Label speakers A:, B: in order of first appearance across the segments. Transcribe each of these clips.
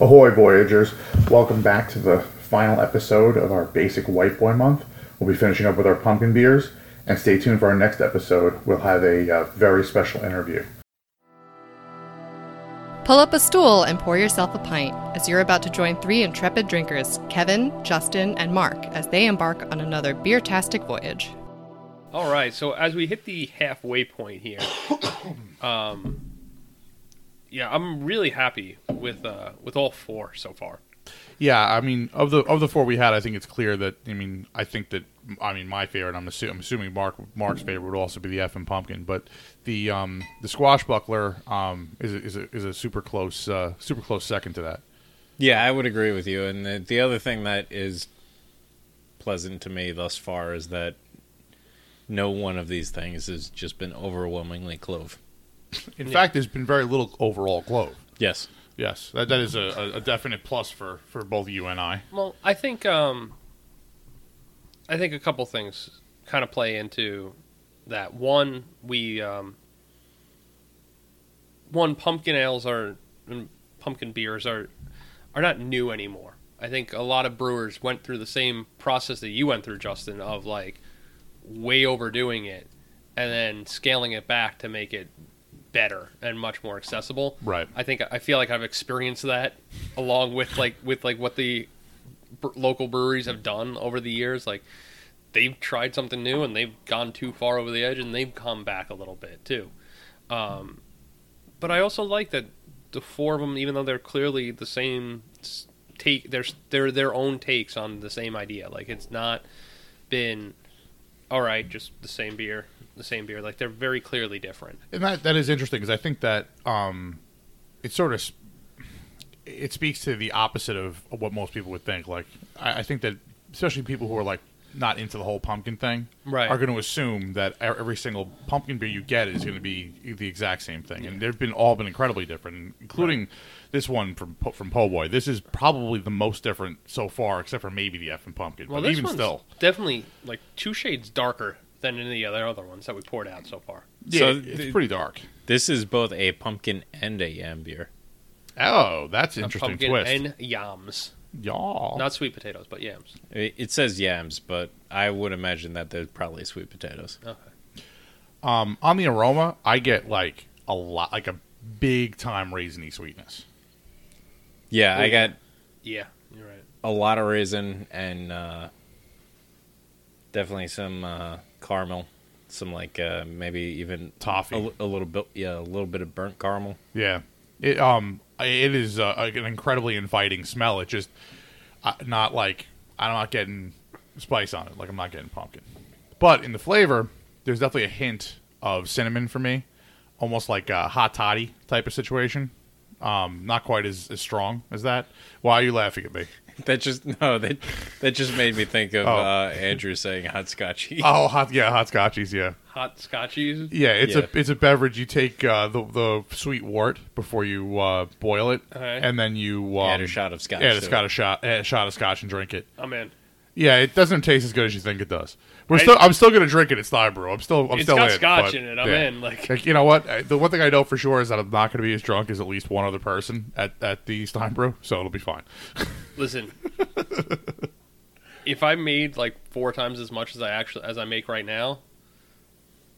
A: Ahoy, Voyagers! Welcome back to the final episode of our Basic White Boy Month. We'll be finishing up with our pumpkin beers, and stay tuned for our next episode. We'll have a uh, very special interview.
B: Pull up a stool and pour yourself a pint as you're about to join three intrepid drinkers, Kevin, Justin, and Mark, as they embark on another beer-tastic voyage.
C: All right, so as we hit the halfway point here, um, yeah, I'm really happy with uh, with all four so far.
D: Yeah, I mean, of the of the four we had, I think it's clear that I mean, I think that I mean, my favorite. I'm, assu- I'm assuming Mark Mark's favorite would also be the F and pumpkin, but the um, the squash buckler um, is a, is a, is a super close uh, super close second to that.
E: Yeah, I would agree with you. And the, the other thing that is pleasant to me thus far is that no one of these things has just been overwhelmingly clove.
D: In fact, there's been very little overall clove.
E: Yes.
D: Yes, that, that is a, a- a definite plus for, for both you and I.
C: Well, I think um, I think a couple things kind of play into that. One, we um, one pumpkin ales are and pumpkin beers are are not new anymore. I think a lot of brewers went through the same process that you went through, Justin, of like way overdoing it and then scaling it back to make it better and much more accessible.
D: Right.
C: I think I feel like I've experienced that along with like with like what the br- local breweries have done over the years like they've tried something new and they've gone too far over the edge and they've come back a little bit too. Um, but I also like that the four of them, even though they're clearly the same s- take, they're s- they're their own takes on the same idea. Like it's not been all right, just the same beer, the same beer. Like they're very clearly different.
D: And that that is interesting because I think that um, it sort of s- it speaks to the opposite of what most people would think. Like I, I think that especially people who are like not into the whole pumpkin thing
C: Right.
D: are going to assume that e- every single pumpkin beer you get is going to be the exact same thing. And they've been all been incredibly different, including this one from Po- from Po' Boy. This is probably the most different so far, except for maybe the F and pumpkin.
C: Well,
D: but
C: this
D: even
C: one's
D: still,
C: definitely like two shades darker than any of the other ones that we poured out so far.
D: yeah,
E: So
D: it's
E: the-
D: pretty dark.
E: This is both a pumpkin and a yam beer.
D: Oh, that's
C: A
D: interesting
C: pumpkin
D: twist.
C: and yams,
D: Y'all.
C: not sweet potatoes, but yams.
E: I- It says yams, but I would imagine that there's probably sweet potatoes.
C: Okay.
D: Um, on the aroma, I get like a lot, like a big time raisiny sweetness.
E: Yeah, I got
C: Yeah, you're right.
E: a lot of raisin and uh, definitely some uh, caramel, some like uh, maybe even
D: Toffee.
E: a, li- a little bit, yeah, a little bit of burnt caramel.
D: Yeah, it um, it is uh, like an incredibly inviting smell. It just uh, not like I'm not getting spice on it. Like I'm not getting pumpkin, but in the flavor, there's definitely a hint of cinnamon for me, almost like a hot toddy type of situation. Um, not quite as, as strong as that. Why are you laughing at me?
E: That just no, that that just made me think of
D: Oh.
E: uh, Andrew saying hot scotchy.
D: Oh, hot yeah, hot scotchies, yeah.
C: Hot scotchies.
D: Yeah, it's
E: Yeah.
D: a it's a beverage. You take uh, the the sweet wort before you uh, boil it,
C: Alright.
D: and then you um,
E: Add a shot of scotch
D: Add a,
E: to
D: scotch, a shot, add a shot of scotch, and drink it.
C: I'm in.
D: Yeah, it doesn't taste as good as you think it does. We're still, I'm still gonna drink it. It's thy brew. I'm still, I'm
C: It's
D: still
C: got
D: in,
C: scotch
D: but-
C: in it. I'm
D: yeah.
C: in. Like
D: Like, you know what? I- The one thing I know for sure is that I'm not going to be as drunk as at least one other person at, at the Stein Brew, so it'll be fine.
C: Listen, if I made like four times as much as I actually as I make right now,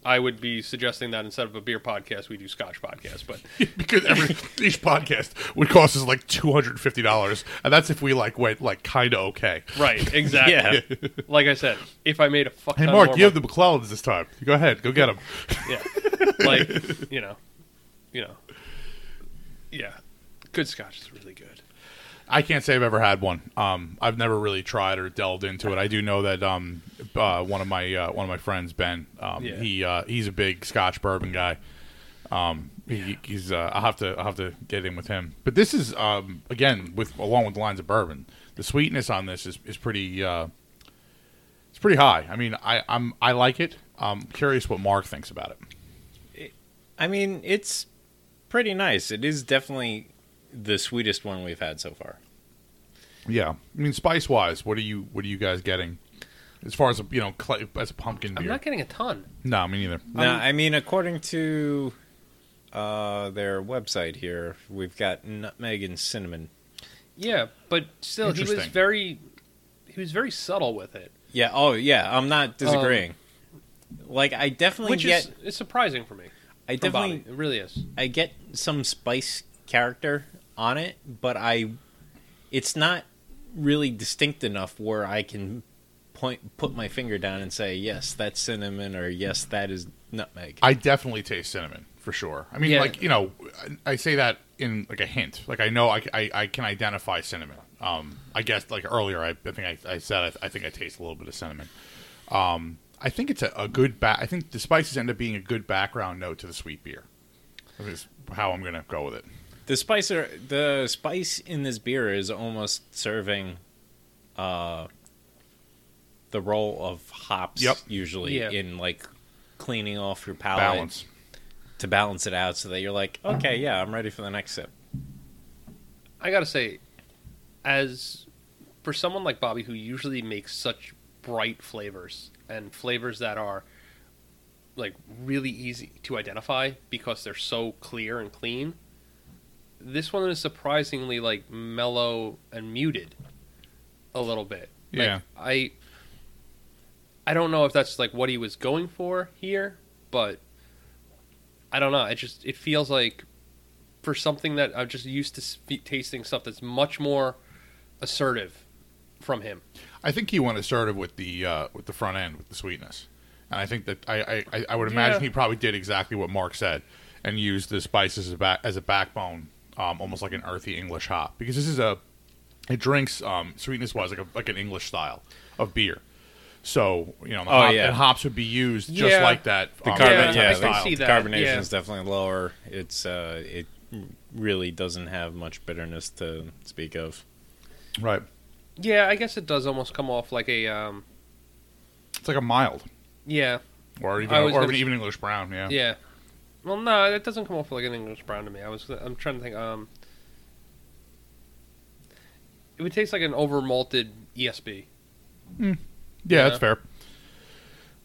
C: I would be suggesting that instead of a beer podcast, we do Scotch podcast. But
D: because every each podcast would cost us like two hundred and fifty dollars, and that's if we like went like kind of okay.
C: right, exactly.
E: Yeah.
C: Like I said, if I made a fuck.
D: Hey,
C: ton
D: Mark,
C: more
D: you have
C: mon-
D: the McClellans this time. Go ahead, go get them.
C: yeah, like you know, you know, yeah. Good Scotch is really good.
D: I can't say I've ever had one. Um, I've never really tried or delved into it. I do know that um, uh, one of my uh, one of my friends, Ben, um,
C: Yeah.
D: he uh, he's a big Scotch bourbon guy. Um, he, he's uh, I'll have to I'll have to get in with him. But this is um, again with along with the lines of bourbon, the sweetness on this is is pretty uh, it's pretty high. I mean, I I'm I like it. I'm curious what Mark thinks about it.
E: I mean, it's pretty nice. It is definitely the sweetest one we've had so far.
D: Yeah, I mean, spice wise, what are you what are you guys getting as far as a, you know cl- as a pumpkin
C: I'm
D: beer?
C: not getting a ton.
D: no, me neither. Um,
E: No, I mean, according to uh, their website here, we've got nutmeg and cinnamon.
C: Yeah, but still, he was
D: Interesting.
C: very he was very subtle with it,
E: Yeah. Oh, yeah. I'm not disagreeing. like I definitely
C: which
E: get.
C: is it's surprising for me.
E: I
C: From
E: definitely.
C: Bobby. it really is.
E: I get some spice character on it, but I. It's not really distinct enough where I can point put my finger down and say yes that's cinnamon or yes that is nutmeg.
D: I definitely taste cinnamon for sure. I mean,
C: Yeah.
D: like you know, I, I say that in like a hint. Like I know I, I, I can identify cinnamon. Um, I guess like earlier, I, I think I, I said I, I think I taste a little bit of cinnamon. Um, I think it's a, a good back. I think the spices end up being a good background note to the sweet beer. That is how I'm gonna go with it.
E: The spice are, the spice in this beer is almost serving uh the role of hops
D: Yep.
E: usually
C: Yeah.
E: in like cleaning off your palate
D: Balance.
E: to balance it out so that you're like, okay, yeah, I'm ready for the next sip.
C: I gotta say, as for someone like Bobby who usually makes such bright flavors and flavors that are like really easy to identify because they're so clear and clean, this one is surprisingly like mellow and muted a little bit. Like,
D: Yeah.
C: I I don't know if that's like what he was going for here, but I don't know. It just it feels like for something that I'm just used to spe- tasting stuff that's much more assertive from him.
D: I think he went assertive with the uh, with the front end with the sweetness, and I think that I I, I- I would imagine
C: Yeah.
D: he probably did exactly what Mark said and used the spices as a, back, as a backbone, um, almost like an earthy English hop because this is a it drinks um, sweetness wise like a, like an English style of beer. So you know, the
E: Oh,
D: hop-
E: yeah.
D: and hops would be used just
C: Yeah.
D: like that.
E: The
D: um,
E: carbon,
C: Yeah,
D: type
C: I
E: yeah,
D: of
E: the
C: can
D: style.
C: see that,
E: carbonation
C: yeah.
E: is definitely lower. It's uh it really doesn't have much bitterness to speak of.
D: right.
C: Yeah, I guess it does almost come off like a um
D: It's like a mild
C: yeah,
D: or even
C: I was
D: or
C: gonna-
D: an even English brown. Yeah.
C: yeah. Well, no, it doesn't come off like an English brown to me. I was I'm trying to think um it would taste like an E over malted ESB.
D: Yeah,
C: Yeah.
D: that's fair.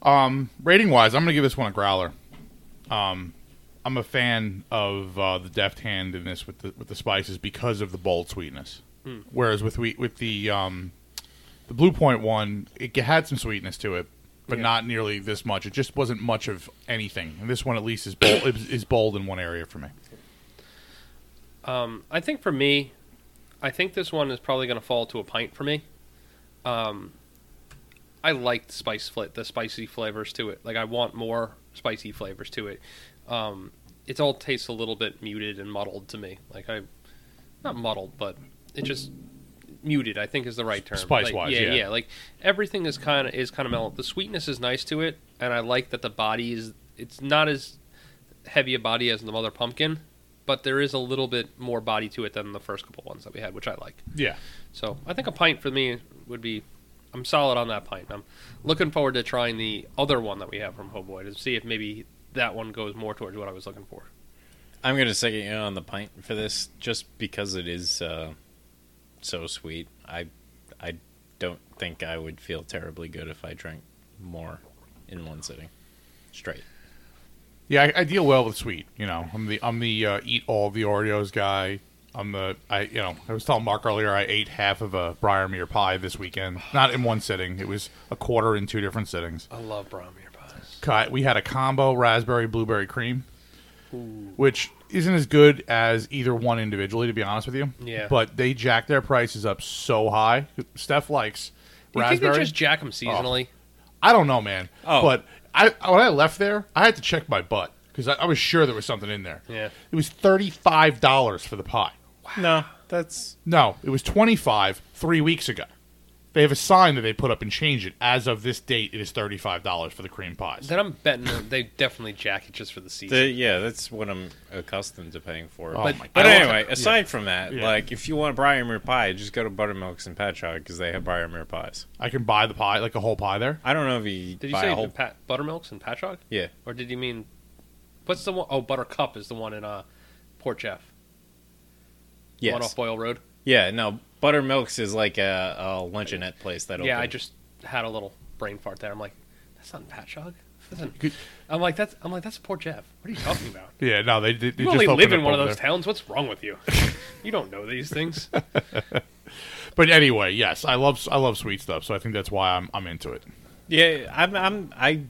D: Um, rating wise, I'm gonna give this one a growler. Um, I'm a fan of uh, the deft hand in this with the with the spices because of the bold sweetness.
C: Hmm.
D: Whereas with we with the um, the blue point one, it g- had some sweetness to it, but
C: Yeah.
D: not nearly this much. It just wasn't much of anything. And this one at least is bold is, is bold in one area for me.
C: Um, I think for me, I think this one is probably going to fall to a pint for me. Um, I like the spice fl- the spicy flavors to it. Like I want more spicy flavors to it. Um, it all tastes a little bit muted and muddled to me. Like I, not muddled, but it just muted. I think is the right term.
D: Spice-wise,
C: like,
D: yeah.
C: yeah. Like everything is kind of is kind of mellow. The sweetness is nice to it, and I like that the body is. It's not as heavy a body as the mother pumpkin, but there is a little bit more body to it than the first couple ones that we had, which I like.
D: Yeah,
C: So I think a pint for me would be. I'm solid on that pint. I'm looking forward to trying the other one that we have from Hoboy to see if maybe that one goes more towards what I was looking for.
E: I'm gonna second you on the pint for this, just because it is uh, so sweet. I I don't think I would feel terribly good if I drank more in one sitting, straight.
D: yeah, I, I deal well with sweet. You know, I'm the I'm the uh, eat all the Oreos guy. I'm the I you know I was telling Mark earlier I ate half of a Briarmere pie this weekend. Not in one sitting. It was a quarter in two different sittings.
C: I love brown beer pies.
D: Cut- We had a combo raspberry blueberry cream, which isn't as good as either one individually, to be honest with you.
C: Yeah.
D: But they jack their prices up so high. Steph likes
C: You
D: raspberry.
C: think they just jack them seasonally?
D: I don't know, man.
E: Oh.
D: But I when I left there, I had to check my butt because I, I was sure there was something in there.
C: Yeah.
D: It was thirty five dollars for the pie.
E: No, that's
D: No, it was twenty five three weeks ago. They have a sign that they put up and change it. As of this date, it is thirty five dollars for the cream pies.
C: Then I'm betting that they definitely jack it just for the season.
E: the, yeah, that's what I'm accustomed to paying for.
D: Oh
E: but,
D: my
E: but
D: God.
E: anyway, aside from that,
D: Yeah.
E: like if you want Briarmere pie, just go to Buttermilks and Patchogue because they have Briarmere pies.
D: I can buy the pie, like a whole pie there.
E: I don't know if you
C: Did you
E: buy
C: say
E: a whole
C: the pat- buttermilks and patchogue?
E: yeah.
C: Or did you mean what's the one oh Buttercup is the one in uh Port Jeff. The One
E: Yes.
C: off Boyle Road.
E: Yeah. No. Buttermilks is like a, a luncheonette place that
C: Yeah, I
E: opened-
C: just had a little brain fart there. I'm like, that's not in Patchogue. Doesn't- I'm like that's I'm like that's poor Jeff. What are you talking about?
D: Yeah, no, they, they, they
C: You
D: just
C: only live
D: opened
C: in
D: up
C: one of
D: over
C: those
D: there.
C: towns. What's wrong with you? you don't know these things.
D: But anyway, yes, I love I love sweet stuff, so I think that's why I'm I'm into it.
E: Yeah, I'm. I'm. I.
D: You,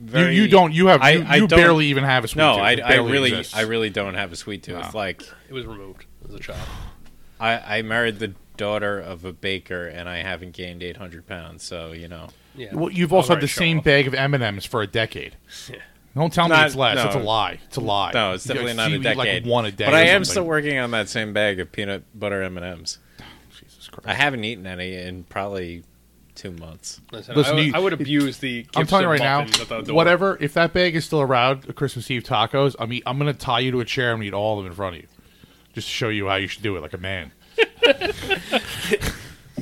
E: Very,
D: you don't you have
E: I-
D: you,
E: I
D: you
E: don't-
D: barely even have a sweet
E: No,
D: tooth.
E: I,
D: It
E: I
D: barely
E: really,
D: exists.
E: I really don't have a sweet tooth.
D: No.
E: Like,
C: It was removed as a child.
E: I, I married the daughter of a baker, and I haven't gained 800 pounds. So you know,
C: Yeah.
D: Well, you've also
C: Alright,
D: had the
C: show
D: same
C: off.
D: bag of M and M's for a decade. Don't tell me
E: Not-
D: it's less.
E: no.
D: It's a lie. It's a lie.
E: no, it's
D: You
E: definitely
D: guys
E: not
D: see
E: a
D: me,
E: decade.
D: Like one a day.
E: but
D: or
E: I am still
D: something.
E: working on that same bag of peanut butter M and M's.
D: Jesus Christ.
E: I haven't eaten any in probably two months.
C: Listen,
D: Listen,
C: I, would-
D: you-
C: I would abuse the.
D: I'm
C: gifts
D: telling you
C: and
D: right now,
C: muffins at the door.
D: whatever. If that bag is still around, at Christmas Eve tacos. I mean, I'm gonna tie you to a chair and eat all of them in front of you, just to show you how you should do it, like a man.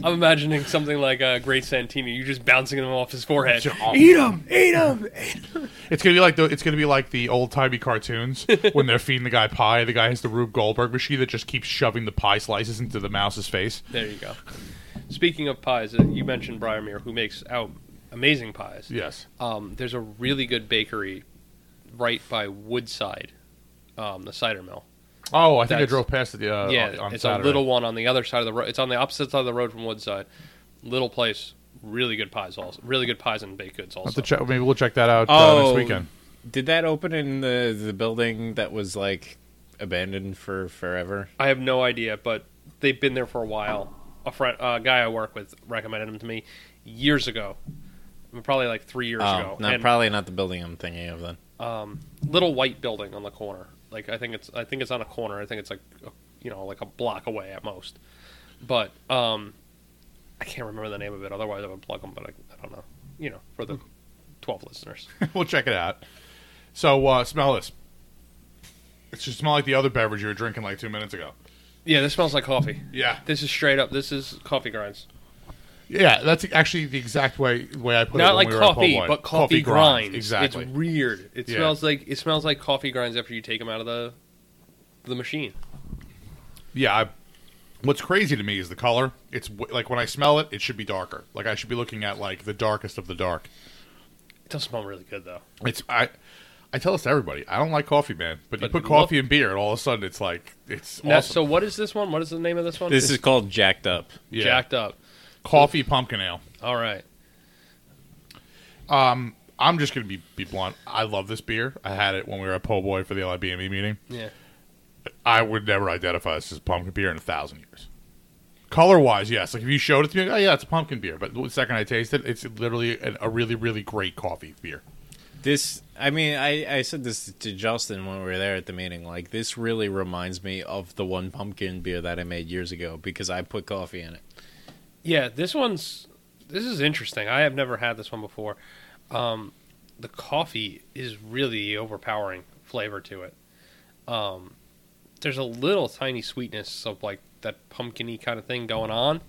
C: I'm imagining something like a uh, Great Santini. You just bouncing them off his forehead.
D: Eat them, eat them. It's gonna be like the it's gonna be like the old timey cartoons when they're feeding the guy pie. The guy has the Rube Goldberg machine that just keeps shoving the pie slices into the mouse's face.
C: There you go. Speaking of pies, uh, you mentioned Briarmere, who makes out amazing pies.
D: Yes,
C: Um, there's a really good bakery right by Woodside, um, the cider mill.
D: Oh, I think I
C: That's-
D: drove past it. Uh,
C: yeah,
D: on
C: it's
D: Saturday.
C: a little one on the other side of the road. It's on the opposite side of the road from Woodside. Little place, really good pies also. Really good pies and baked goods
D: I'll have
C: also.
D: to check. Maybe we'll check that out uh,
E: Oh,
D: next weekend.
E: did that open in the the building that was like abandoned for forever?
C: I have no idea, but they've been there for a while. A friend, a guy I work with, recommended them to me years ago, I mean, probably like three years
E: Oh,
C: ago.
E: not
C: And,
E: probably not the building I'm thinking of then.
C: um, little white building on the corner. Like I think it's I think it's on a corner. I think it's like a, you know like a block away at most. But um, I can't remember the name of it. Otherwise, I would plug them. But I, I don't know. You know, for the twelve listeners.
D: we'll check it out. So uh, smell this. It should smell like the other beverage you were drinking like two minutes ago.
C: yeah, this smells like coffee.
D: Yeah,
C: This is straight up. This is coffee grinds.
D: yeah. That's actually the exact way way I put it.
C: Not
D: when
C: like
D: we were at
C: coffee,
D: Pole Wine.
C: but coffee, grinds.
D: Exactly.
C: It's weird. It
D: Yeah.
C: smells like it smells like coffee grinds after you take them out of the the machine.
D: yeah. I, what's crazy to me is the color. It's w- like when I smell it, it should be darker. Like I should be looking at like the darkest of the dark.
C: It does smell really good though.
D: It's I. I tell this to everybody. I don't like coffee, man. But, you
C: But
D: put
C: look-
D: coffee and beer, and all of a sudden, it's like it's
C: Now,
D: awesome.
C: so what is this one? What is the name of this one?
E: This is called Jacked Up.
D: Yeah.
C: jacked up.
D: coffee pumpkin ale.
C: All right.
D: I'm just gonna be, be blunt. I love this beer. I had it when we were at Po' Boy for the LIBME E meeting.
C: Yeah.
D: I would never identify this as pumpkin beer in a thousand years. Color wise, yes. Like if you showed it to me, oh yeah, it's a pumpkin beer. But the second I taste it, it's literally an, a really, really great coffee beer.
E: This, I mean, I, I said this to Justin when we were there at the meeting. Like, this really reminds me of the one pumpkin beer that I made years ago because I put coffee in it.
C: Yeah, this one's this is interesting. I have never had this one before. Um, the coffee is really overpowering flavor to it. Um, there's a little tiny sweetness of like that pumpkiny kind of thing going on,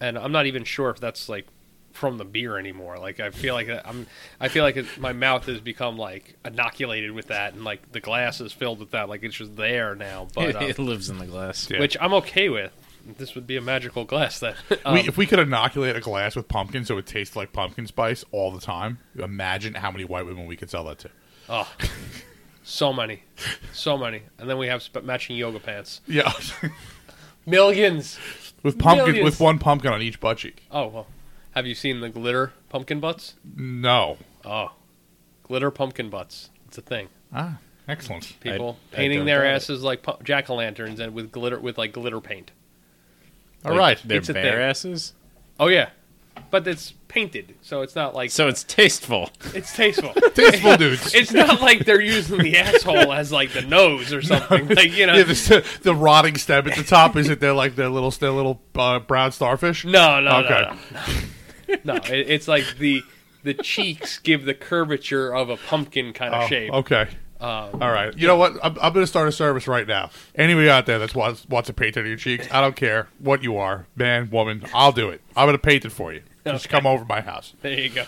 C: and I'm not even sure if that's like from the beer anymore. Like I feel like I'm I feel like it, my mouth has become like inoculated with that, and like the glass is filled with that. Like it's just there now, but uh,
E: it lives in the glass.
D: Yeah.
C: which I'm okay with. This would be a magical glass then. Um,
D: we, if we could inoculate a glass with pumpkin so it tastes like pumpkin spice all the time, imagine how many white women we could sell that to.
C: Oh, so many, so many, and then we have sp- matching yoga pants.
D: Yeah,
C: Millions.
D: with pumpkin,
C: Millions.
D: with one pumpkin on each butt cheek.
C: Oh well, have you seen the glitter pumpkin butts?
D: No.
C: Oh, glitter pumpkin butts. It's a thing.
D: Ah, excellent.
C: People
E: I
C: painting
E: don't
C: their
E: doubt it.
C: asses like pu- jack o' lanterns and with glitter with like glitter paint.
D: All right.
E: They're
C: It's a
E: bare
C: thing.
E: asses.
C: Oh yeah, but it's painted, so it's not like
E: So it's tasteful.
C: it's tasteful.
D: Tasteful dudes.
C: it's not like they're using the asshole as like the nose or something. like you know,
D: yeah, the, the rotting stem at the top is it? They're like their little, their little uh, brown starfish.
C: No, no,
D: Okay.
C: no, no, no. no it, it's like the the cheeks give the curvature of a pumpkin kind of
D: Oh,
C: shape.
D: Okay.
C: Um,
D: All right. You know what? I'm, I'm going to start a service right now. Anybody out there that's wants, wants to paint on your cheeks, I don't care what you are, man, woman, I'll do it. I'm going to paint it for you. Just come over to my house.
C: There you go.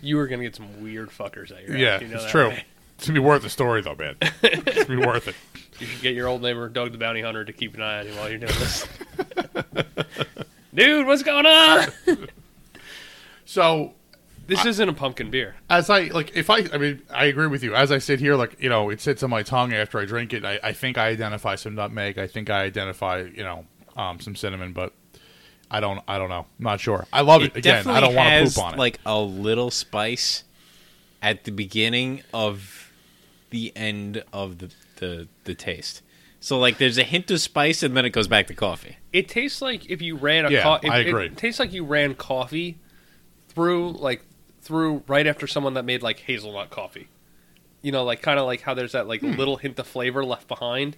C: You are gonna get some weird fuckers at your house,
D: yeah,
C: you know
D: it's
C: that,
D: true.
C: right?
D: It's going to be worth the story, though, man. it's going to be worth it.
C: You should get your old neighbor Doug the Bounty Hunter to keep an eye on you while you're doing this. Dude, what's going on?
D: So
C: This isn't a pumpkin beer.
D: as I like, if I, I mean, I agree with you. As I sit here, like you know, it sits on my tongue after I drink it. I, I think I identify some nutmeg. I think I identify, you know, um, some cinnamon, but I don't, I don't know. I'm not sure. I love it, again. I
E: definitely
D: don't want to
E: has,
D: poop on it.
E: Like a little spice at the beginning of the end of the, the the taste. So like there's a hint of spice and then it goes back to coffee.
C: It tastes like if you ran a
D: Yeah,
C: coffee.
D: I
C: it,
D: agree.
C: It tastes like you ran coffee through like through right after someone that made like hazelnut coffee. You know, like kind of like how there's that
D: Hmm.
C: like little hint of flavor left behind.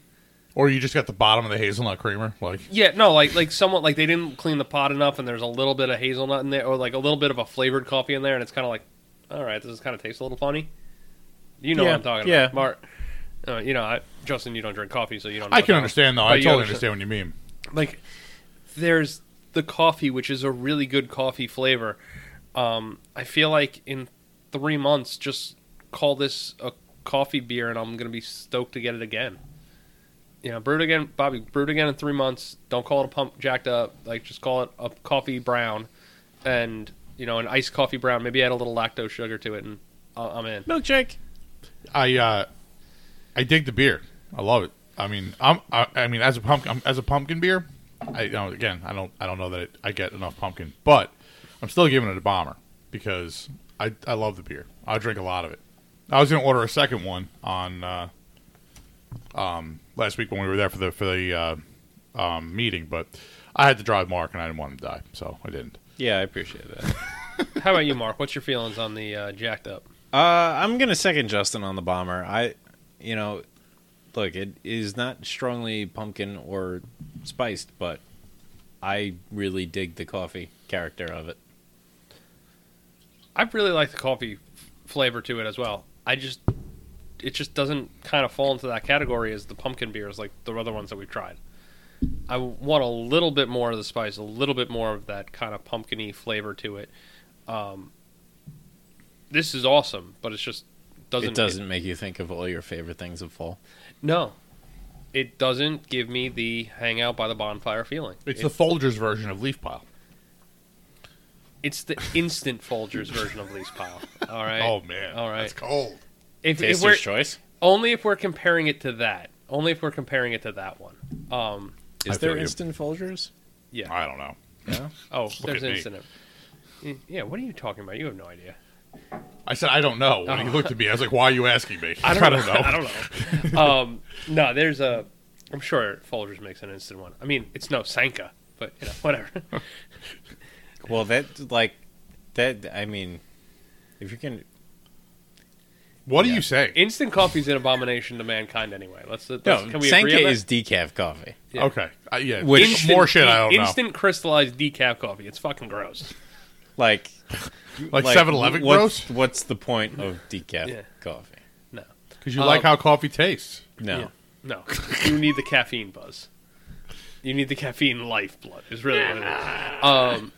D: or you just got the bottom of the hazelnut creamer, like
C: Yeah, no, like like someone like they didn't clean the pot enough, and there's a little bit of hazelnut in there, or like a little bit of a flavored coffee in there, and it's kind of like, all right, this kind of tastes a little funny. You know
E: Yeah,
C: what I'm talking
E: yeah.
C: about, Mark? Uh, you know, I, Justin, you don't drink coffee, so you don't. Know
D: I
C: what
D: can
C: that-
D: understand though.
C: but
D: I
C: you
D: totally understand what you mean.
C: like there's the coffee which is a really good coffee flavor um i feel like in three months just call this a coffee beer and i'm gonna be stoked to get it again you know brewed again bobby brewed again in three months don't call it a pump jacked up like just call it a coffee brown and you know an iced coffee brown maybe add a little lactose sugar to it and I- i'm in
E: Milkshake.
D: I uh, I dig the beer. I love it. I mean, I'm, I, I mean, as a pumpkin, as a pumpkin beer, I you know, again, I don't, I don't know that it, I get enough pumpkin, but I'm still giving it a bomber because I, I love the beer. I drink a lot of it. I was gonna order a second one on, uh, um, last week when we were there for the for the uh, um, meeting, but I had to drive Mark and I didn't want him to die, so I didn't.
E: Yeah, I appreciate that.
C: how about you mark what's your feelings on the uh, jacked up
E: Uh, I'm gonna second Justin on the bomber. I, you know, look, it is not strongly pumpkin or spiced, but I really dig the coffee character of it.
C: I really like the coffee f- flavor to it as well. I just it just doesn't kind of fall into that category as the pumpkin beers like the other ones that we've tried. I want a little bit more of the spice, a little bit more of that kind of pumpkiny flavor to it. Um, this is awesome, but it's just doesn't
E: It doesn't make you think of all your favorite things of fall.
C: no. It doesn't give me the hang out by the bonfire feeling.
D: It's
C: It-
D: the Folgers version of Leaf Pile.
C: it's the instant Folgers version of Lee's pile. All right.
D: Oh man,
C: All right.
D: that's cold.
C: If, if
E: Taster's
C: we're-
E: choice.
C: Only if we're comparing it to that. Only if we're comparing it to that one. Um,
E: Is
D: I feel
E: there
D: you.
E: instant Folgers?
C: yeah.
D: I don't know.
E: No.
C: Oh, there's
D: at
C: an
D: me.
C: incident. Y- Yeah. What are you talking about? You have no idea.
D: I said, I don't know. When he looked at me, I was like, why are you asking me? I
C: I don't know. um, no, there's a. I'm sure Folgers makes an instant one. I mean, it's no Sanka, but you know, whatever.
E: Well, that like that. I mean, if you can,
D: What are you saying?
C: instant coffee's an abomination to mankind anyway. Let's. let's
E: no,
C: can we
E: Sanka
C: agree on
E: is decaf coffee.
C: Yeah.
D: Okay. Uh, yeah.
C: that?
E: Which-
C: Instant-
D: more shit I don't
C: Instant crystallized decaf coffee. It's fucking gross.
E: Like
D: know. Like 7 Eleven
E: what-
D: gross?
E: What's the point of decaf
C: Yeah.
E: coffee?
C: No.
D: Because you like
C: Um,
D: how coffee tastes.
E: No.
C: Yeah. No. You need the caffeine buzz. You need the caffeine lifeblood. Is really what it is. Um,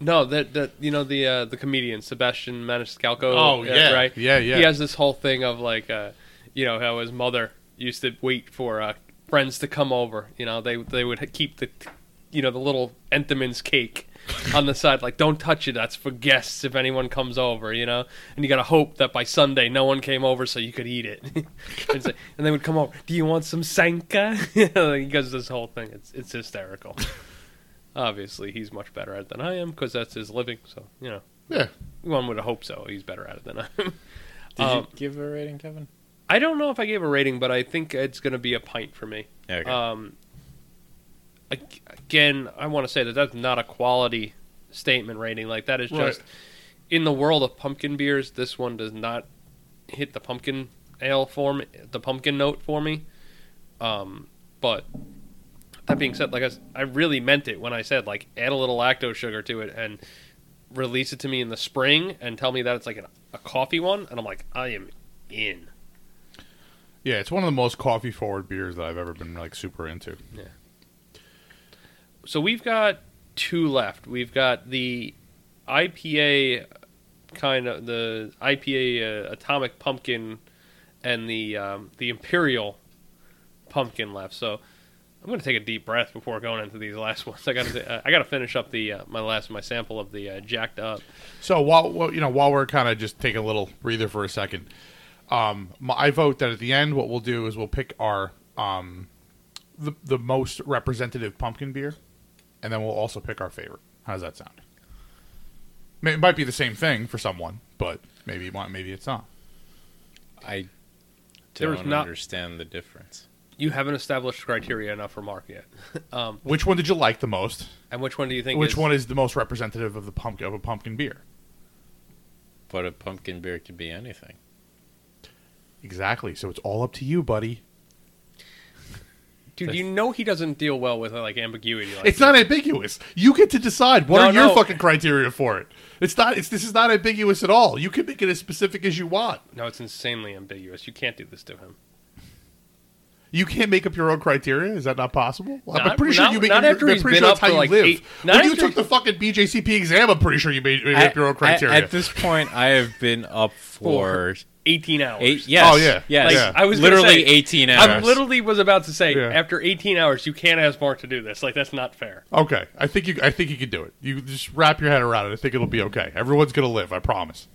C: no, that that you know the uh, the comedian Sebastian Maniscalco.
D: Oh,
C: uh,
D: yeah.
C: right.
D: Yeah, yeah.
C: He has this whole thing of like, uh, you know, how his mother used to wait for uh, friends to come over. You know, they they would keep the, you know, the little Entenmann's cake. on the side, like don't touch it. That's for guests. If anyone comes over, you know, and you gotta hope that by Sunday no one came over so you could eat it. and, say, and they would come over. Do you want some Sanka? You know, he goes this whole thing. It's it's hysterical. Obviously, he's much better at it than I am because that's his living. So you know,
D: Yeah.
C: one would hope so. He's better at it than I am.
E: Did
C: Um,
E: you give a rating, Kevin?
C: I don't know if I gave a rating, but I think it's gonna be a pint for me.
E: Okay.
C: Um, ag- again, I want to say that that's not a quality statement rating. Like that is
D: Right.
C: just in the world of pumpkin beers, this one does not hit the pumpkin ale form, the pumpkin note for me. Um, but that being said, like I, s- I really meant it when I said like add a little lactose sugar to it and release it to me in the spring and tell me that it's like an, a coffee one, and I'm like I am in.
D: Yeah. It's one of the most coffee forward beers that I've ever been like super into.
C: so we've got two left. We've got the IPA kind of the IPA uh, atomic pumpkin and the um, the imperial pumpkin left. So I'm gonna take a deep breath before going into these last ones. I gotta uh, I gotta finish up the uh, my last my sample of the uh, jacked up.
D: So while well, you know while we're kind of just taking a little breather for a second, um, my, I vote that at the end what we'll do is we'll pick our um, the the most representative pumpkin beer, and then we'll also pick our favorite. How does that sound? May- It might be the same thing for someone, but maybe it might, maybe it's not.
E: I
C: There was
E: don't
C: not-
E: understand the difference.
C: You haven't established criteria enough for Mark yet. um,
D: Which one did you like the most?
C: and which one do you think?
D: Which
C: is,
D: one is the most representative of the pumpkin of a pumpkin beer?
E: But a pumpkin beer could be anything.
D: Exactly. So it's all up to you, buddy.
C: Dude, you know he doesn't deal well with uh, like ambiguity. Like
D: It's not ambiguous. You get to decide what
C: No,
D: are your
C: no.
D: fucking criteria for it. It's not. It's this is not ambiguous at all. You can make it as specific as you want.
C: no, it's insanely ambiguous. You can't do this to him.
D: You can't make up your own criteria. Is that not possible? Well, I'm
C: Not-
D: pretty sure
C: not-
D: you make.
C: not
D: I'm
C: after
D: pretty
C: he's
D: sure
C: been
D: that's
C: up
D: how
C: for
D: you
C: like
D: live.
C: eight- not
D: when you
C: after
D: took the
C: he's-
D: fucking BJCP exam, I'm pretty sure you made, made up your own criteria.
E: At, this point, I have been up for
C: Eighteen hours.
E: eight. Yes.
D: Oh, yeah.
E: Yes.
D: Like,
C: I was gonna
E: literally
C: say,
E: eighteen hours.
C: I literally was about to say
D: Yeah.
C: after 18 hours you can't ask Mark to do this. Like that's not fair.
D: okay, I think you. I think you can do it. You just wrap your head around it. I think it'll be okay. Everyone's gonna live. I promise.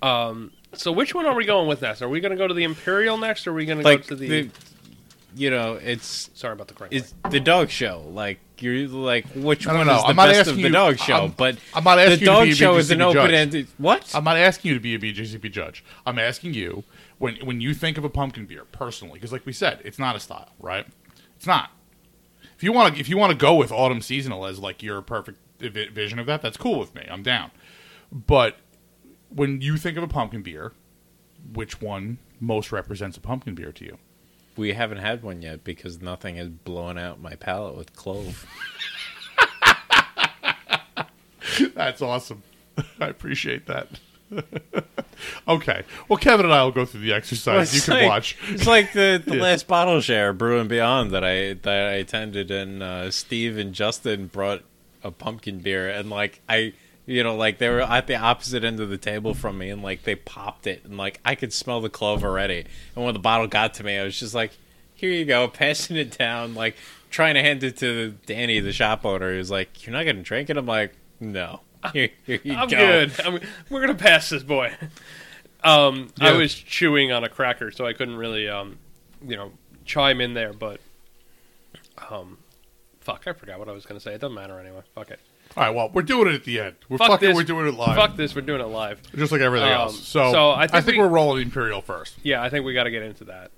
C: Um, So which one are we going with next? Are we going to go to the Imperial next, or are we going to
E: like
C: go to the,
E: the, you know, it's
C: Sorry about the crank.
E: it's the dog show. Like you're like which
D: No, no,
E: one
D: no,
E: is the
D: I'm not
E: best
D: asking
E: of the
D: you-
E: dog show?
D: I'm-
E: but
D: I'm not asking you to
E: the dog
D: be a
E: show is
D: BJCP
E: an
D: judge.
E: open ended. What?
D: I'm not asking you to be a BJCP judge. I'm asking you when when you think of a pumpkin beer personally, because like we said, it's not a style, right? It's not. If you want to, if you want to go with autumn seasonal as like your perfect vi- vision of that, that's cool with me. I'm down. But when you think of a pumpkin beer, which one most represents a pumpkin beer to you?
E: we haven't had one yet because nothing has blown out my palate with clove.
D: That's awesome. I appreciate that. okay. Well, Kevin and I will go through the exercise. You
E: It's
D: can
E: like-
D: watch.
E: It's like the, the last bottle share Brew and Beyond that I that I attended, and uh, Steve and Justin brought a pumpkin beer, and like I, you know, like they were at the opposite end of the table from me, and like they popped it, and like I could smell the clove already. And when the bottle got to me, I was just like, "Here you go," passing it down, like trying to hand it to Danny, the shop owner. He was like, "You're not gonna drink it?" I'm like, "No." Here, here you
C: I'm
E: go.
C: good. I'm, we're going to pass this boy. Um, I
D: Yeah.
C: was chewing on a cracker, so I couldn't really, um, you know, chime in there. But, um, fuck, I forgot what I was going to say. It doesn't matter anyway. Fuck it.
D: All right. Well, we're doing it at the end. We're
C: Fuck
D: fucking.
C: this.
D: We're doing it live.
C: Fuck this. We're doing it live.
D: just like everything
C: Um,
D: else. So,
C: so
D: I think, we, are rolling Imperial first.
C: Yeah, I think we got to get into that.